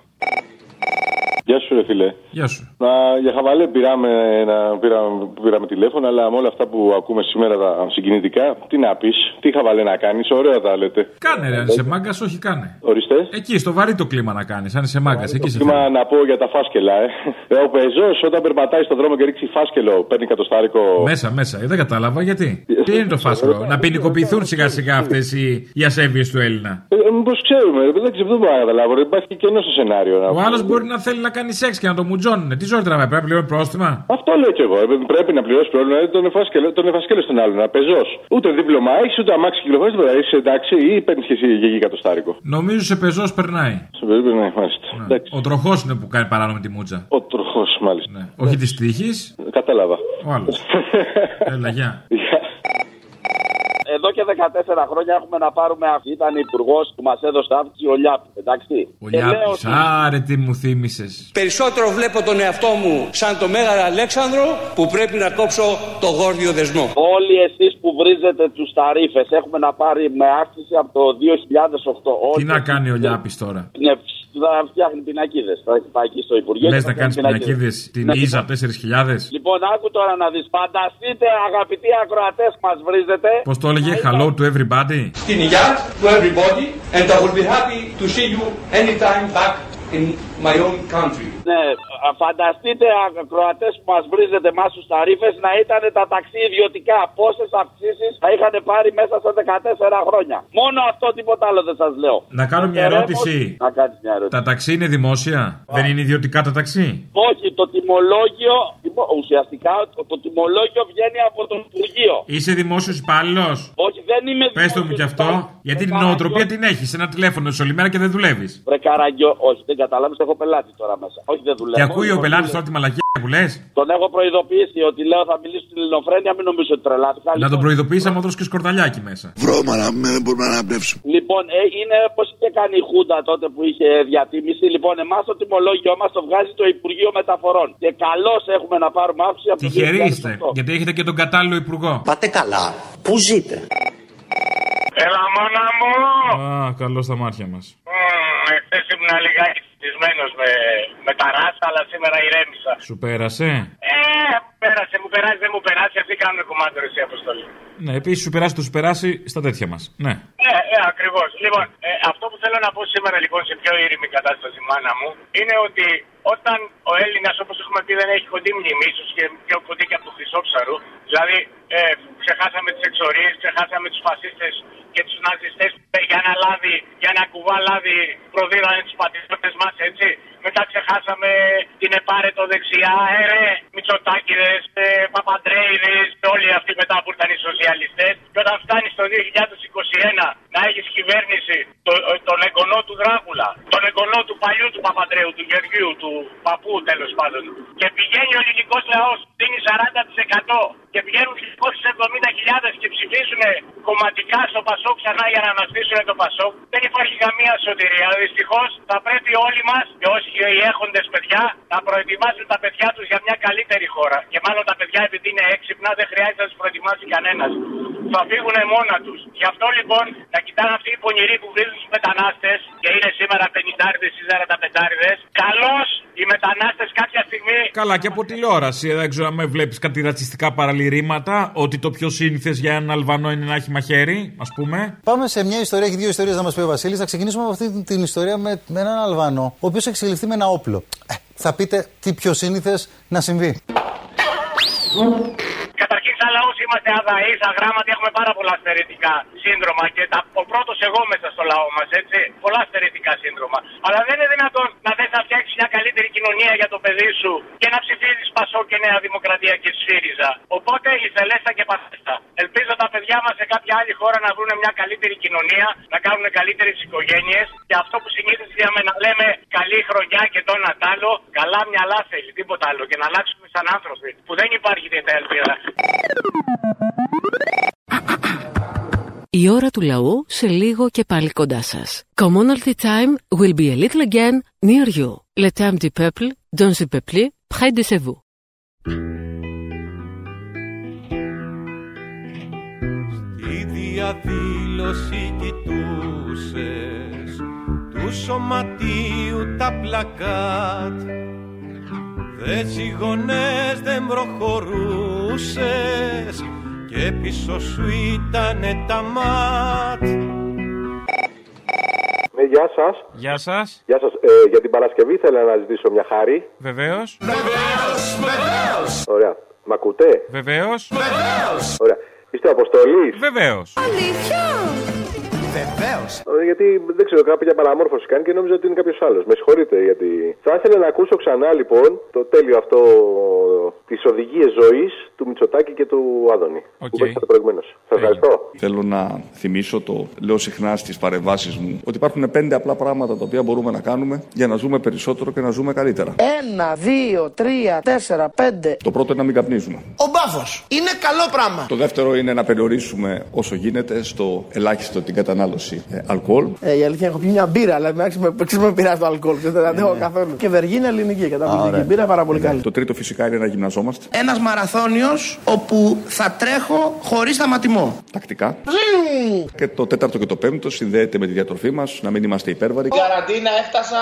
Γεια σου, ρε φίλε. Γεια σου. Να, για χαβαλέ πήραμε, να, πήραμε, πήραμε τηλέφωνο, αλλά με όλα αυτά που ακούμε σήμερα τα συγκινητικά, τι να πεις, τι χαβαλέ να κάνεις, ωραία τα λέτε. Κάνε ρε, αν είσαι μάγκας, όχι κάνε. Ορίστε. Εκεί, στο βαρύ το κλίμα να κάνεις, αν είσαι μάγκας, εκεί σε Κύμα θέλω. να πω για τα φάσκελα, ε. Ε, Ο Πεζός όταν περπατάει στον δρόμο και ρίξει φάσκελο, παίρνει κατοστάρικο. Μέσα, μέσα. Ε, Δεν κατάλαβα γιατί. Ε, Τι είναι το φάσκο, να ποινικοποιηθούν σιγά σιγά αυτέ οι, οι ασέβειε του Έλληνα. Ε, Μήπω ξέρουμε, ρε, δεν ξέρω, δεν μπορώ να καταλάβω. ρε. Υπάρχει και κενό στο σενάριο. Να... Ο ε, άλλο μπορεί να θέλει να κάνει σεξ και να το μουτζώνουνε. Τι ζόρι τραβάει, πρέπει να πληρώνει πρόστιμα. Αυτό λέω κι εγώ. ε, Πρέπει να πληρώσει πρόβλημα. ε, Τον εφασκέλο, τον εφασκέλο στον άλλον, να πεζός. Ούτε δίπλωμα έχεις, ούτε αμάξι κυκλοφορίας. Δεν μπορεί να είσαι εντάξει ή παίρνεις και εσύ γεγί κατοστάρικο. Νομίζω σε πεζός περνάει. Ναι. Σε περίπτωση να μάλιστα. Εντάξει. Ο τροχός είναι που κάνει παράνομη τη μούτσα. Ο τροχός, μάλιστα. Όχι της τύχης, Κατάλαβα. ο άλλος. Έλα, γεια. Εδώ και 14 χρόνια έχουμε να πάρουμε αυτή. Ήταν υπουργός που μας έδωσε αύξηση ο Λιάπης. Εντάξει. Ο Και Ε, λέω Λιάπης, ότι- άρε τι μου θύμισες. Περισσότερο βλέπω τον εαυτό μου σαν το Μέγαρο Αλέξανδρο που πρέπει να κόψω το γόρδιο δεσμό. Όλοι εσείς που βρίζετε τους ταρίφες έχουμε να πάρει με αύξηση από το 2008. Τι Όλοι να κάνει ο Λιάπης τώρα. Ναι, θα φτιάχνει πινακίδες. Θα πάει εκεί στο Υπουργείο. Λες και θα να κάνει φτιάχνει πινακίδες πινακίδες. την Ναι. Ιζα 4.000. Λοιπόν, άκου τώρα να δεις. Φανταστείτε, αγαπητοί ακροατές που μας βρίζετε. Πώς το έλεγε, hello to everybody. Στην υγειά του everybody and I will be happy to see you anytime back in my own country. Ναι, α, φανταστείτε ακροατέ που μας βρίζετε εμάς τους ταρίφες να ήταν τα ταξί ιδιωτικά. Πόσες αυξήσεις θα είχαν πάρει μέσα σε 14 χρόνια. Μόνο αυτό τίποτα άλλο δεν σας λέω. Να κάνω μια Τερέμος- ερώτηση. Να κάνεις μια ερώτηση. Τα ταξί είναι δημόσια. Δεν είναι ιδιωτικά τα ταξί. Όχι, το τιμολόγιο, τιμω- ουσιαστικά το, το τιμολόγιο βγαίνει από το Υπουργείο. Είσαι δημόσιος υπάλληλος. Όχι, δεν είμαι Ε, Πες το μου κι αυτό. Γιατί την νοοτροπία την έχεις. Ένα τηλέφωνο σε όλη μέρα και δεν δουλεύεις. Βρε καραγκιό, όχι, δεν καταλάβεις, έχω πελάτη τώρα μέσα. Όχι, δεν δουλεύω. Και ακούει ο Λοιπόν, πελάτη τώρα τη μαλακία που λες. Τον έχω προειδοποιήσει ότι λέω θα μιλήσω στην ελληνοφρένεια, μην νομίζω ότι τρελάθηκα. Να τον προειδοποιήσει άμα δώσει και σκορδαλιάκι μέσα. Βρώμα να μην μπορούμε να αναπνεύσουμε. Λοιπόν, ε, είναι όπως είχε κάνει η Χούντα τότε που είχε διατίμηση. Λοιπόν, εμάς το τιμολόγιο μας το βγάζει το Υπουργείο Μεταφορών. Και καλώς έχουμε να πάρουμε άψη από το Τυχεροί 2008. είστε. Γιατί έχετε και τον κατάλληλο υπουργό. Πάτε καλά. Πού ζείτε. Έλα μόνα μου! Α, καλό στα μάτια μας. Εχθές ήμουν λιγάκι στισμένος με, με τα ράσα, αλλά σήμερα ηρέμησα. Σου πέρασε. Ε, πέρασε, μου περάσει, δεν μου περάσει, αυτοί κάνουν κομμάτι ρωσία αποστολή. Ναι, επίσης σου περάσει, του σου περάσει στα τέτοια μας. Ναι. Ναι, ε, ακριβώς. Λοιπόν, ε, αυτό που θέλω να πω σήμερα λοιπόν σε πιο ήρεμη κατάσταση, μάνα μου, είναι ότι όταν ο Έλληνας, όπως έχουμε πει, δεν έχει κοντή μνημή, ίσως και πιο κοντή και από του Χρυσόψαρου, δηλαδή ε, ξεχάσαμε τις εξορίες, ξεχάσαμε τους φασίστες και τους ναζιστές για να λάδι, για να κουβά λάδι προδίδανε τους πατριώτες μας, έτσι. Μετά ξεχάσαμε την επάρετο δεξιά, ε, ρε, Μητσοτάκηδες, ε, Παπαντρέιδες, όλοι αυτοί μετά που ήρθαν οι σοσιαλιστές. Και όταν φτάνεις το 2021 να έχεις κυβέρνηση το, ε, τον εγγονό του Δράκουλα, τον εγγονό του παλιού του Παπαντρέου, του Γεωργίου, του παππού τέλος πάντων. Και πηγαίνει ο ελληνικός λαός, δίνει 40% και πηγαίνουν 270.000 και ψηφίζουν κομματικά στο Πασόκ ξανά για να αναστήσουν το Πασόκ. Δεν υπάρχει καμία σωτηρία. Δυστυχώς θα πρέπει όλοι μας και όσοι έχοντες παιδιά να προετοιμάσουν τα παιδιά τους για μια καλύτερη χώρα. Και μάλλον τα παιδιά επειδή είναι έξυπνα δεν χρειάζεται να τους προετοιμάσει κανένας. Θα φύγουν μόνα τους. Γι' αυτό λοιπόν να κοιτάνε αυτοί οι πονηροί που βρίζουν τους μετανάστες και είναι σήμερα 50 ή 45. Καλώς οι μετανάστες κάποια στιγμή Καλά, και από τηλεόραση. ε, Δεν ξέρω αν με βλέπεις κάτι ρατσιστικά παραλυρήματα. Ότι το πιο σύνηθες για έναν Αλβανό είναι να έχει μαχαίρι, ας πούμε. Πάμε σε μια ιστορία, έχει δύο ιστορίες να μας πει ο Βασίλης. Θα ξεκινήσουμε από αυτή την- την ιστορία με, με έναν Αλβανό, ο οποίος έχει συλληφθεί με ένα όπλο. Ε, θα πείτε τι πιο σύνηθες να συμβεί. Καταρχήν, σαν λαός είμαστε αδαείς, αγράμματοι, έχουμε πάρα πολλά στερετικά σύνδρομα και τα, ο πρώτος εγώ μέσα στο λαό μας, έτσι. Πολλά στερετικά σύνδρομα. Αλλά δεν είναι δυνατόν να δεν θα φτιάξεις μια καλύτερη κοινωνία για το παιδί σου και να ψηφίζεις Πασό και Νέα Δημοκρατία και ΣΥΡΙΖΑ. Οπότε ηθελέστα και παθέστα. Ελπίζω τα παιδιά μας σε κάποια άλλη χώρα να βρουν μια καλύτερη κοινωνία, να κάνουν καλύτερες οικογένειες και αυτό που συνήθως λέμε να λέμε καλή χρονιά και το να τ' άλλο, καλά μυαλά θέλει, τίποτα άλλο και να αλλάξουμε σαν άνθρωποι που δεν υπάρχει τέτοια ελπίδα. Η ώρα του λαού σε λίγο και πάλι κοντά σας. Commonalty time will be a little again near you. Le temps du peuple, dans le peuple, près de chez vous. Η διαδήλωση κοιτούσες του σωματίου τα πλακάτ Δε τσιγωνές δεν προχωρούσες και πίσω σου ήτανε τα μάτ Ναι, γεια σας. Γεια σας. Γεια σας. Ε, για την Παρασκευή ήθελα να ζητήσω μια χάρη. Βεβαίως. Ωραία. Μ' ακούτε? Βεβαίως. Ωραία. Είστε Αποστολή. Βεβαίως. Αλήθεια. Βεβαίως. Ε, Γιατί δεν ξέρω, κάποια παραμόρφωση κάνει και νόμιζα ότι είναι κάποιος άλλος. Με συγχωρείτε γιατί. Θα ήθελα να ακούσω ξανά λοιπόν το τέλειο αυτό τι οδηγίε ζωής του Μητσοτάκη και του Άδωνη. Που παίξατε προηγουμένως. Σας ευχαριστώ. Θέλω να θυμίσω, το λέω συχνά στις παρεμβάσεις μου, ότι υπάρχουν πέντε απλά πράγματα τα οποία μπορούμε να κάνουμε για να ζούμε περισσότερο και να ζούμε καλύτερα. Ένα, δύο, τρία, τέσσερα, πέντε. Το πρώτο είναι να μην καπνίζουμε. Ο μπάφος είναι καλό πράγμα. Το δεύτερο είναι να περιορίσουμε όσο γίνεται στο ελάχιστο την κατανάλωση ε, αλκοόλ. Ε, η αλήθεια έχω πιει μια μπύρα, αλλά με άξι- με- ξέρεις, Ναι, με πειράζει το αλκοόλ. ξέρεις, Δεν αντέχω καθόλου. Και βεργή είναι ελληνική, Α, καταπληκτική. ωραία. Μπύρα πάρα πολύ Ε, καλή. Το τρίτο φυσικά είναι να συνεργαζόμαστε Ένας μαραθώνιος όπου θα τρέχω χωρίς σταματημό. τακτικά. Και το τέταρτο και το πέμπτο συνδέεται με τη διατροφή μας, να μην είμαστε υπέρβαροι Καραντίνα έφτασα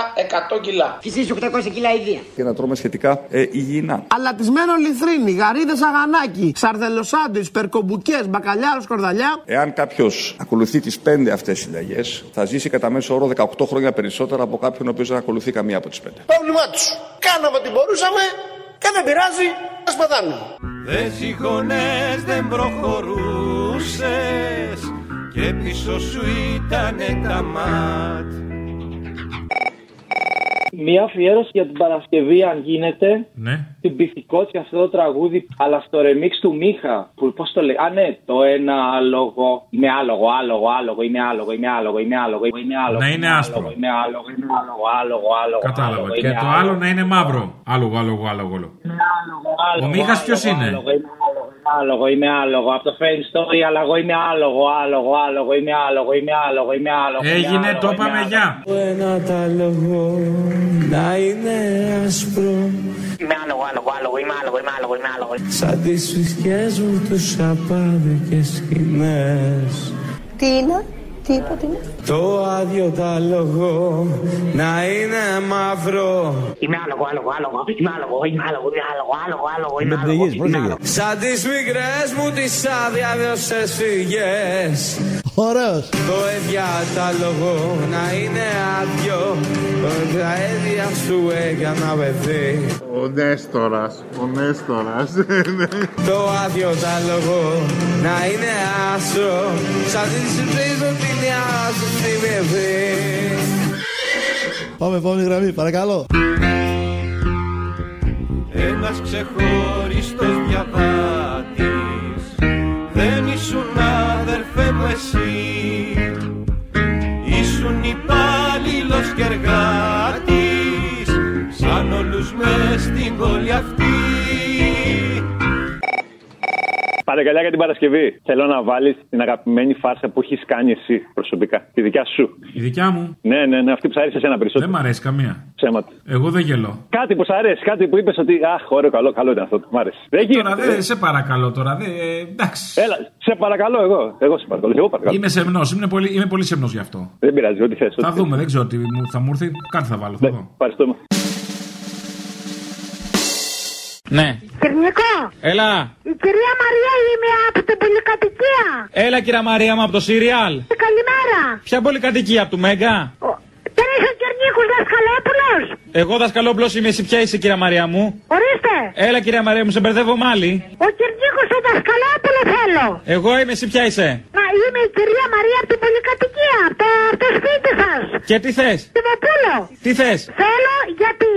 100 κιλά. Εσείς 800 κιλά ιδία. και να τρώμε σχετικά ε, υγιεινά. Αλατισμένο λιθρίνι, γαρίδες αγανάκι, σαρδελοσάντουι, περκομπουκές, μπακαλιάρος κορδαλιά. Εάν κάποιος ακολουθεί τις πέντε αυτέ συνταγέ, θα ζήσει κατά μέσο όρο 18 χρόνια περισσότερα από κάποιον ο οποίος δεν ακολουθεί καμία από τις πέντε. Πρόβλημά τους. Κάναμε ό,τι μπορούσαμε και δεν πειράζει, ας πεθάνουμε. Δε γονές δεν προχωρούσες και πίσω σου ήτανε τα μάτ. Μια αφιέρωση για την Παρασκευή, αν γίνεται. Ναι. Την πυθικότσι αυτό το τραγούδι, αλλά στο remix του Μίχα. Που πώς το λέει. Α, ναι, το ένα άλογο. Είναι άλογο, άλογο, άλογο, είναι άλογο, είναι άλογο, είναι άλογο. Είναι άλογο Να Ναι, είναι άσπρο. άλογο, Είναι άλογο, είναι άλογο, άλογο, άλογο. Κατάλαβα. άλογο, Και είναι το άλλο να είναι μαύρο. Άλλο, άλλο, άλλο, άλλο. Ο Μίχας ποιος είναι? Άλογο, είμαι άλογο, είμαι άλογο. Από το Fame Story, αλλά εγώ είμαι άλογο, άλογο, άλογο, είμαι άλογο, είμαι άλογο, είμαι άλογο. είμαι Έγινε, άλογο, το είμαι είπαμε, άλογο. γεια. Ένα τα λόγο να είναι άσπρο Είμαι άλογο, άλογο, άλογο, είμαι άλογο, είμαι άλογο, είμαι άλογο. Σαν τις φυσικές μου τους απάδικες σκηνές Τι είναι, τι είπα, τι είναι. Το άδειο τα λόγο να είναι μαύρο Είμαι άλογο, άλογο, άλογο, είμαι άλογο, είμαι άλογο, είμαι άλογο, άλογο, άλογο, είμαι άλογο. Σαν τις μικρές μου τις αδιάδεωσες φυγές Ωραίος Το έδια τα λόγο να είναι άδειο Τα έδια σου έκανα παιδί Ο Νέστορας, ο Νέστορας. Το άδειο τα λόγο να είναι άσο Σαν τη συμπρίζω την άσο στη μεβή Πάμε, επόμενη γραμμή, παρακαλώ. Ένας ξεχωριστός διαβάτης Δεν ήσουν αδερφέ μου εσύ Ήσουν υπάλληλος και εργάτης Σαν όλους μες στην πόλη αυτή Παρακαλιά για την Παρασκευή. Θέλω να βάλεις την αγαπημένη φάρσα που έχεις κάνει εσύ προσωπικά. Τη δικιά σου. Η δικιά μου. Ναι, ναι, ναι, αυτή που σ' αρέσει ένα περισσότερο. Δεν μ' αρέσει καμία. Ψέματα. Εγώ δεν γελώ. Κάτι που σ' αρέσει, κάτι που είπες ότι. Αχ, ωραίο, καλό, καλό ήταν αυτό. Μ' άρεσε. Ε, Δεν γίνεται. Ε, Τώρα δεν σε παρακαλώ τώρα. Δε, ε, εντάξει. Έλα, σε παρακαλώ εγώ. Εγώ σε παρακαλώ. Εγώ παρακαλώ. Είμαι σεμνός. Είμαι πολύ, είμαι πολύ σεμνός γι' αυτό. Δεν πειράζει, ό,τι θες. Θα δούμε, δεν ξέρω τι μου- θα μου έρθει. Κάτι θα βάλω. Θα δω. Ευχαριστούμε. Ναι. Κυρνικό, Έλα. η κυρία Μαρία είμαι από την πολυκατοικία. Έλα, κυρία Μαρία μου, από το Σιριάλ. Ε, Καλημέρα. Ποια πολυκατοικία, από του Μέγκα. Δεν είσαι ο Κυρνίκος Δασκαλόπουλος. Εγώ δασκαλόπλο είμαι, εσύ ποια είσαι, κυρία Μαρία μου. Ορίστε, Έλα, κυρία Μαρία μου, σε μπερδεύω μάλι. ο Κυρνίκος ο Δασκαλόπουλος θέλω. Εγώ είμαι, εσύ ποια είσαι. Να είμαι η κυρία Μαρία από την πολυκατοικία, από το, από το σπίτι σας. Και τι θες, Την Βαπούλο. τι θες. Θέλω γιατί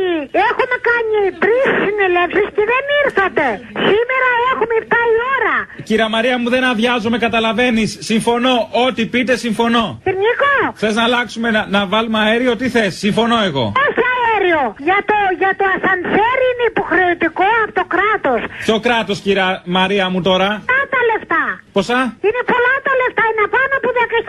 έχουμε κάνει τρεις συνελεύσεις και δεν ήρθατε. Σήμερα έχουμε 7 η ώρα. Κυρία Μαρία μου, δεν αδειάζομαι, καταλαβαίνεις. Συμφωνώ, ό,τι πείτε, συμφωνώ. Κυρνικό, Θες να αλλάξουμε, να, να βάλουμε αέριο, τι θες, συμφωνώ εγώ. όχι αέριο. Για το, για το ασανσέρ είναι υποχρεωτικό από το κράτος. Ποιο κράτος, κυρία Μαρία μου τώρα. Πολλά τα λεφτά. Ποσά? Είναι πολλά τα λεφτά, είναι πάνω από 10.000.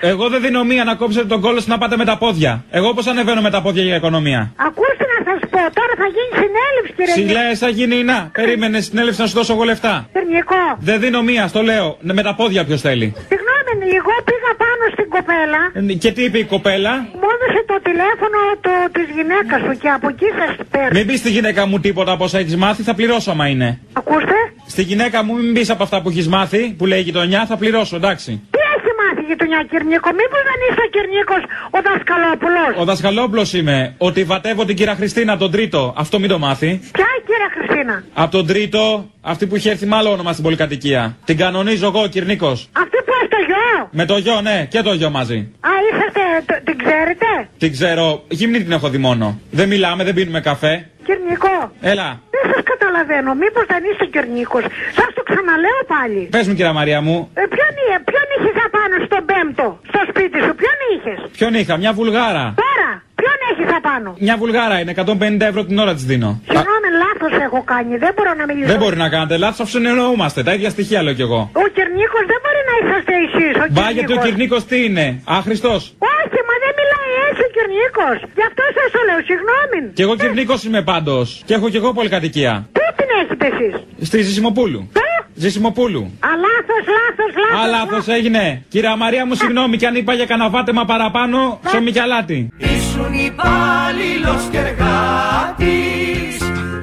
Εγώ δεν δίνω μία να κόψετε τον κόλο σας να πάτε με τα πόδια. Εγώ πώς ανεβαίνω με τα πόδια για οικονομία. Ακούστε να σας πω, τώρα θα γίνει συνέλευση κύριε Συλλέ, θα γίνει να. Περίμενε συνέλευση να σου δώσω εγώ λεφτά. Κυριακό, Δεν δίνω μία, στο λέω. Ναι, Με τα πόδια ποιος θέλει. συγγνώμη, ναι, εγώ πήγα πάνω στην κοπέλα, Ε, Και τι είπε η κοπέλα. μόνωσε το τηλέφωνο το, της γυναίκας σου και από εκεί σας παίρνει. Μην πεις στη γυναίκα μου τίποτα από όσα έχεις μάθει, θα πληρώσω άμα είναι. Ακούστε, Στη γυναίκα μου μην πεις από αυτά που έχεις μάθει, που λέει η γειτονιά, θα πληρώσω, εντάξει. τι έχει μάθει η γειτονιά Κυρνίκο, μήπως δεν είσαι ο Κυρνίκος ο δασκαλόπουλος. Ο δασκαλόπλο είμαι, ότι βατεύω την κυρία Χριστίνα τον τρίτο. Αυτό μην το μάθει. Ποια η κυρία Χριστίνα, Από τον τρίτο, αυτή που είχε έρθει με άλλο όνομα στην πολυκατοικία. Την κανονίζω εγώ, Κυρνίκος. αυτή που έχει το γιο. Με το γιο, ναι, και το γιο μαζί. Α, είσαστε, το- την ξέρετε. Την ξέρω, γυμνή την έχω δει μόνο. Δεν μιλάμε, δεν πίνουμε καφέ. Κυρνικό, Έλα, δεν σας καταλαβαίνω. Μήπως δεν είσαι Κυρνίκος. Σας το ξαναλέω πάλι. πες μου, κυρία Μαρία μου, Ε, ποιον, είχε- ποιον είχες απάνω στον πέμπτο, στο σπίτι σου, ποιον είχες. ποιον είχα, μια βουλγάρα. Τώρα, ποιον έχεις απάνω. Μια βουλγάρα είναι, 150 ευρώ την ώρα της δίνω. Α, Συγγνώμη, λάθος έχω κάνει, δεν μπορώ να μιλήσω. Δεν μπορεί να κάνετε λάθος, αφού συνεννοούμαστε. Τα ίδια στοιχεία λέω κι εγώ. Ο Κυρνίκος δεν μπορεί να είσαστε εσείς, ο Μπα, Κυρνίκος. γιατί ο ε- Κυρνίκος τι είναι, άχρηστος. Όχι, μα δεν μιλάει έτσι ο Κυρνίκος. Γι' αυτό σας το λέω, συγγνώμη. Κι εγώ Κυρνίκος είμαι πάντως. Και έχω κι εγώ πολυκατοικία. Πού την έχετε εσείς. Στη Ζησιμοπούλου. Ε! Ζησιμοπούλου. Α, λάθος, λάθος, λάθος. Α, λάθος έγινε. Κυρία Μαρία μου, συγγνώμη κι αν είπα για κανένα βάτεμα παραπάνω, Ε! ψωμί και αλάτι. Ήσουν υπάλληλος και εργάτης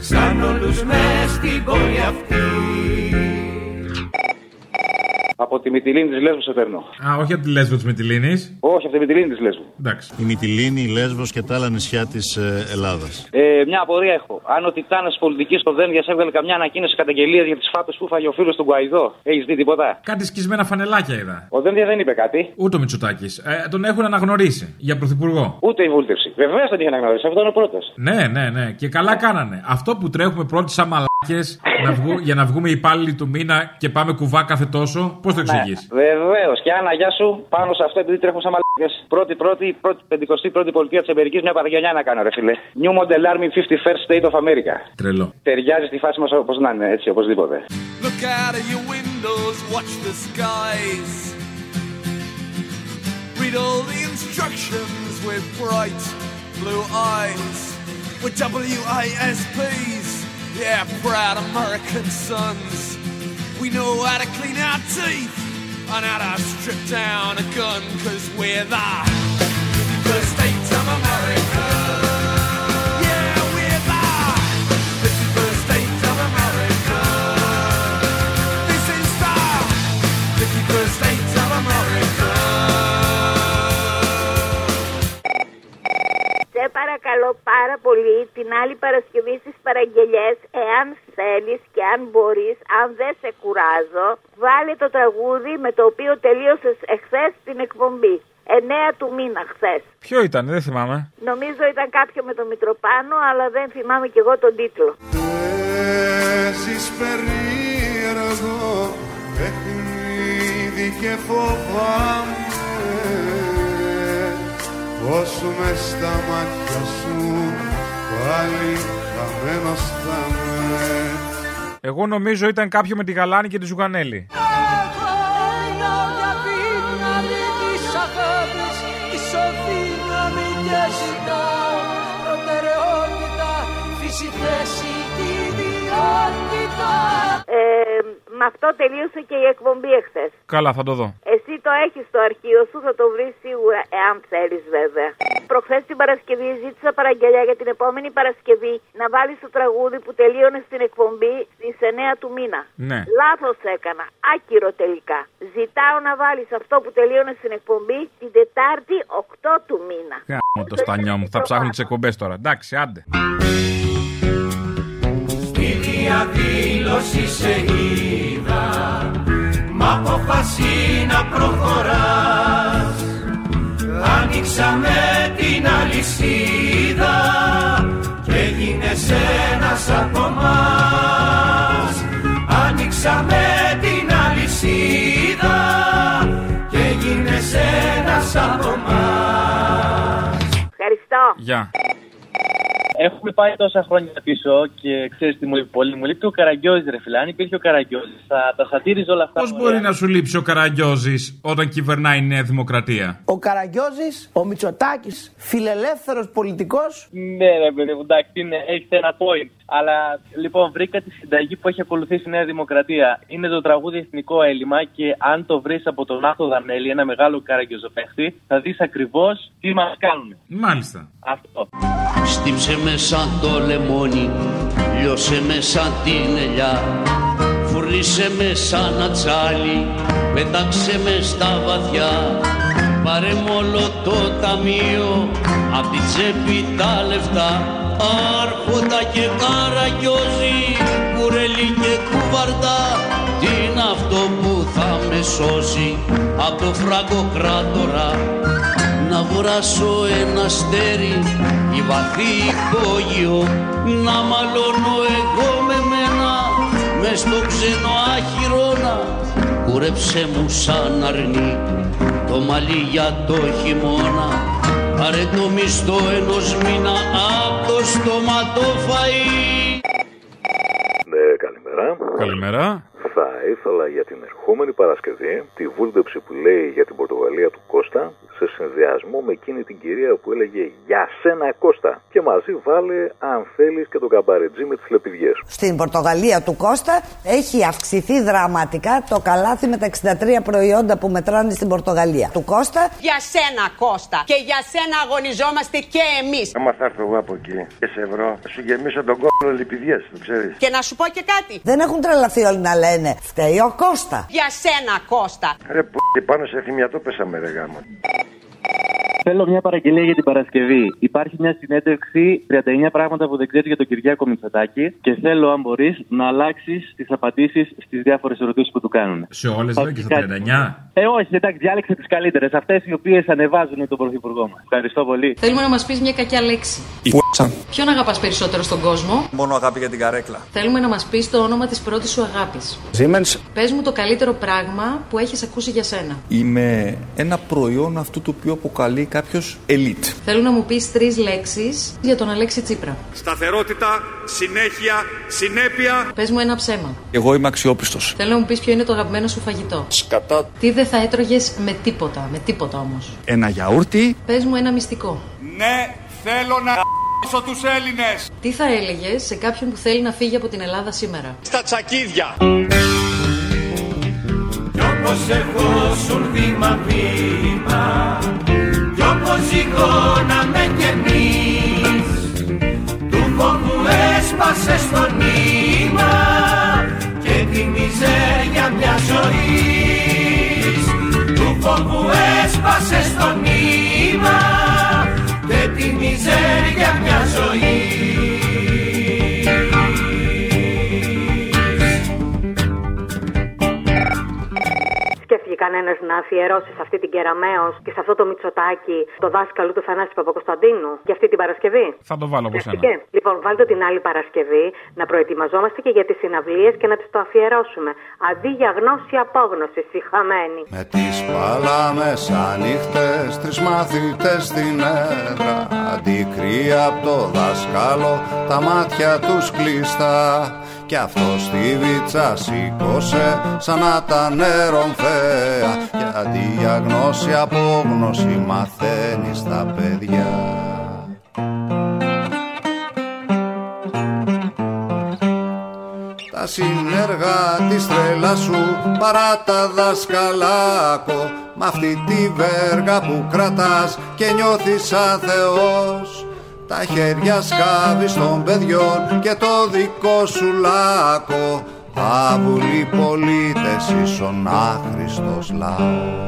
Σαν όλους μες στην πόλη αυτής Από τη Μυτιλίνη της Λέσβου σε παίρνω. Α, όχι από τη Λέσβο της Μυτιλίνης. Όχι, από τη Μυτιλίνη της Λέσβου. Εντάξει. Η Μυτιλίνη, η Λέσβος και τα άλλα νησιά της ε, Ελλάδας. Ε, μια απορία έχω. Αν ο Τιτάνας πολιτικής στο Δένδια έβγαλε καμιά ανακοίνωση καταγγελίας για τις φάπες που φάγε ο φίλος του Γκουαϊδό, έχεις δει τίποτα. Κάτι σκισμένα φανελάκια είδα. Ο Δένδια δεν είπε κάτι. Ούτε ο Μητσοτάκης. Ε, τον έχουν αναγνωρίσει για πρωθυπουργό. Ούτε η βούλτευση. Βεβαίως δεν είχε αναγνωρίσει, αυτό ήταν ο πρώτος. Ναι, ναι, ναι. Και καλά κάνανε. Αυτό που τρέχουμε πρώτοι σαν μαλάκες να βγου- για να βγούμε υπάλληλοι του μήνα και πάμε κουβά κάθε τόσο, πώς το εξηγείς. Βεβαίως. Και Άννα, γεια σου. Πάνω σε αυτό, επειδή τρέχουν σαν μαλακές. Πρώτη, πρώτη, πρώτη, πεντηκοστή, πρώτη πολιτεία της Αμερικής, μια παραγγελιά να κάνω, ρε φίλε. New Model Army 51st State of America. Τρελό. Ταιριάζει στη φάση μας όπως να είναι, έτσι, οπωσδήποτε. Look out of your windows, watch the skies Read all the instructions with bright blue eyes We're WISPs, yeah, proud American sons We know how to clean our teeth and how to strip down a gun Cause we're the first state of America Yeah, we're the first state of America This is the First States of America. Σε παρακαλώ πάρα πολύ την άλλη Παρασκευή στις παραγγελιές, εάν θέλεις και αν μπορείς, αν δεν σε κουράζω, βάλε το τραγούδι με το οποίο τελείωσες εχθές την εκπομπή. 9 του μήνα χθες. Ποιο ήταν, δεν θυμάμαι. Νομίζω ήταν κάποιο με το Μητροπάνο, αλλά δεν θυμάμαι κι εγώ τον τίτλο. Παίζεις περίεργο παιχνίδι και φοβάμαι Όσο με στα μάτια σου πάλι χαμένος θα με Εγώ νομίζω ήταν κάποιο με τη γαλάνη και τη ζουγανέλη. δύναμη της αγάπης, ισοδύναμη και ζητά προτεραιότητα, φύση θέση και ιδιότητα. Ε, με αυτό τελείωσε και η εκπομπή εχθές. Καλά, θα το δω. Εσύ το έχεις στο αρχείο σου, θα το βρεις σίγουρα, εάν θέλεις βέβαια. Προχθές την Παρασκευή ζήτησα παραγγελιά για την επόμενη Παρασκευή να βάλεις το τραγούδι που τελείωνες στην εκπομπή στις 9 του μήνα. Ναι. Λάθος έκανα, άκυρο τελικά. Ζητάω να βάλεις αυτό που τελείωνες στην εκπομπή την Τετάρτη 8 του μήνα. Γάμο το στανιό μου, θα ψάχνω τις εκπομπές τώρα. Εντάξει, άντε. Στη διαδήλωση σε είδα, μα αποφασί να προχωράς. Άνοιξαμε την αλυσίδα και έγινες ένας από μας. Άνοιξαμε την αλυσίδα και έγινες ένας από μας. Ευχαριστώ. Γεια. Έχουμε πάει τόσα χρόνια πίσω και ξέρεις τι μου λείπει πολύ. Μου λείπει ο Καραγκιόζης, ρε φίλε. Αν υπήρχε ο Καραγκιόζης, θα τα σατήριζε όλα αυτά. Πώς μπορεί να σου λείψει ο Καραγκιόζης όταν κυβερνάει η Νέα Δημοκρατία. Ο Καραγκιόζης, ο Μητσοτάκης, φιλελεύθερος πολιτικός. Ναι, ρε παιδί μου, εντάξει, είναι- έχετε ένα point. Αλλά λοιπόν, βρήκα τη συνταγή που έχει ακολουθήσει η Νέα Δημοκρατία. Είναι το τραγούδι Εθνικό Έλλημα και αν το βρεις από τον Άθο Δανέλη, ένα μεγάλο καραγκιόζοπαίχτη, θα δεις ακριβώς τι μας κάνουν. Μάλιστα. Αυτό. Στύψε με σαν το λεμόνι, λιώσε με σαν την ελιά Φουρνίσε με σαν ένα τσάλι, πετάξε μες στα βαθιά Πάρε μου όλο το ταμείο, απ' την τσέπη τα λεφτά Άρχοντα και καραγκιόζη, κουρελί και κουβαρτά Τι είναι αυτό που θα με σώσει από το φραγκοκράτορα να βράσω ένα στέρι η βαθύ υπόγειο να μαλώνω εγώ με μένα μες στο ξένο άχυρώνα κουρέψε μου σαν αρνί το μαλλί για το χειμώνα πάρε το μισθό ενός μήνα από το στόμα το φαΐ Ναι, καλημέρα. Καλημέρα. Θα ήθελα για την ερχόμενη Παρασκευή τη βούλτεψη που λέει για την Πορτογαλία του Κώστα σε συνδυασμό με εκείνη την κυρία που έλεγε «Για σένα Κώστα» και μαζί βάλε αν θέλεις και τον καμπαρετζή με τις λεπιδιές. Στην Πορτογαλία του Κώστα έχει αυξηθεί δραματικά το καλάθι με τα 63 προϊόντα που μετράνε στην Πορτογαλία. Του Κώστα Για σένα, Κώστα. Και για σένα αγωνιζόμαστε και εμείς. Άμα θα έρθω εγώ από εκεί και σε βρω, θα σου γεμίσω τον κόλλο λιπηδιές, το ξέρεις. Και να σου πω και κάτι. δεν έχουν τρελαθεί όλοι να λένε Φταίει ο Κώστα. Για σένα, Κώστα. Ρε που πάνω σε θυμιατό πέσαμε ρε γάμο. Θέλω μια παραγγελία για την Παρασκευή. Υπάρχει μια συνέντευξη 39 πράγματα που δεν ξέρεις για τον Κυριάκο Μητσοτάκη και θέλω, αν μπορείς, να αλλάξεις τις απαντήσεις στις διάφορες ερωτήσεις που του κάνουν. Σε όλες εδώ και στα 39. Ε, όχι, εντάξει, διάλεξε τις καλύτερες. Αυτές οι οποίες ανεβάζουν τον πρωθυπουργό μας. Ευχαριστώ πολύ. Θέλουμε να μας πεις μια κακιά λέξη. Η Ποιον αγαπάς περισσότερο στον κόσμο. Μόνο αγάπη για την καρέκλα. Θέλουμε να μας πεις το όνομα της πρώτης σου αγάπης. Siemens. Πες μου το καλύτερο πράγμα που έχεις ακούσει για σένα. Είμαι ένα προϊόν αυτού του οποίου αποκαλεί κάποιος ελίτ. Θέλω να μου πεις τρεις λέξεις για τον Αλέξη Τσίπρα. Σταθερότητα, συνέχεια, συνέπεια. Πες μου ένα ψέμα. Εγώ είμαι αξιόπιστος. Θέλω να μου πεις ποιο είναι το αγαπημένο σου φαγητό. Σκατά. Τι δεν θα έτρωγες με τίποτα, με τίποτα όμως. Ένα γιαούρτι. Πες μου ένα μυστικό. Ναι, θέλω να γαμίσω τους Έλληνες. Τι θα έλεγες σε κάποιον που θέλει να φύγει από την Ελλάδα σήμερα. Στα τσακίδια. Κι όπως εγώ σου βήμα βήμα Κι όπως ζυγώναμε κι εμείς Του φόβου έσπασε στο νήμα Και τη μιζέρια μια ζωής Του φόβου έσπασε στο νήμα Και τη μιζέρια μια ζωής Σκέφτηκε κανένας να αφιερώσει σε αυτή την Κεραμαίο και σε αυτό το Μητσοτάκι το δάσκαλο του Θανάση Παπακοσταντίνου και αυτή την Παρασκευή. Θα το βάλω από σένα. Σκέφτηκε. Λοιπόν, βάλτε την άλλη Παρασκευή να προετοιμαζόμαστε και για τις συναυλίες και να τις το αφιερώσουμε. Αντί για γνώση, απόγνωσης, συχαμένη. Με τις παλάμες ανοιχτές, τρεις μαθητές στην έδρα Αντικρύα από το δάσκαλο, τα μάτια τους κλειστά Κι αυτό στη βίτσα σήκωσε σαν να τα νερομφέα Και αντί για γνώση απόγνωση μαθαίνει στα παιδιά Τα συνέργα της τρέλας σου παρά τα δασκαλάκο Μ' αυτή τη βέργα που κρατάς και νιώθεις σαν Θεός Τα χέρια σκάβεις των παιδιών και το δικό σου λάκο Άβουλοι πολίτες ίσον άχρηστος λαός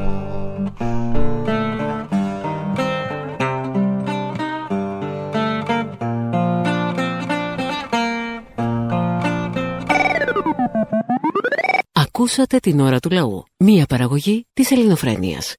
Ακούσατε την ώρα του λαού. Μία παραγωγή της ελληνοφρένειας.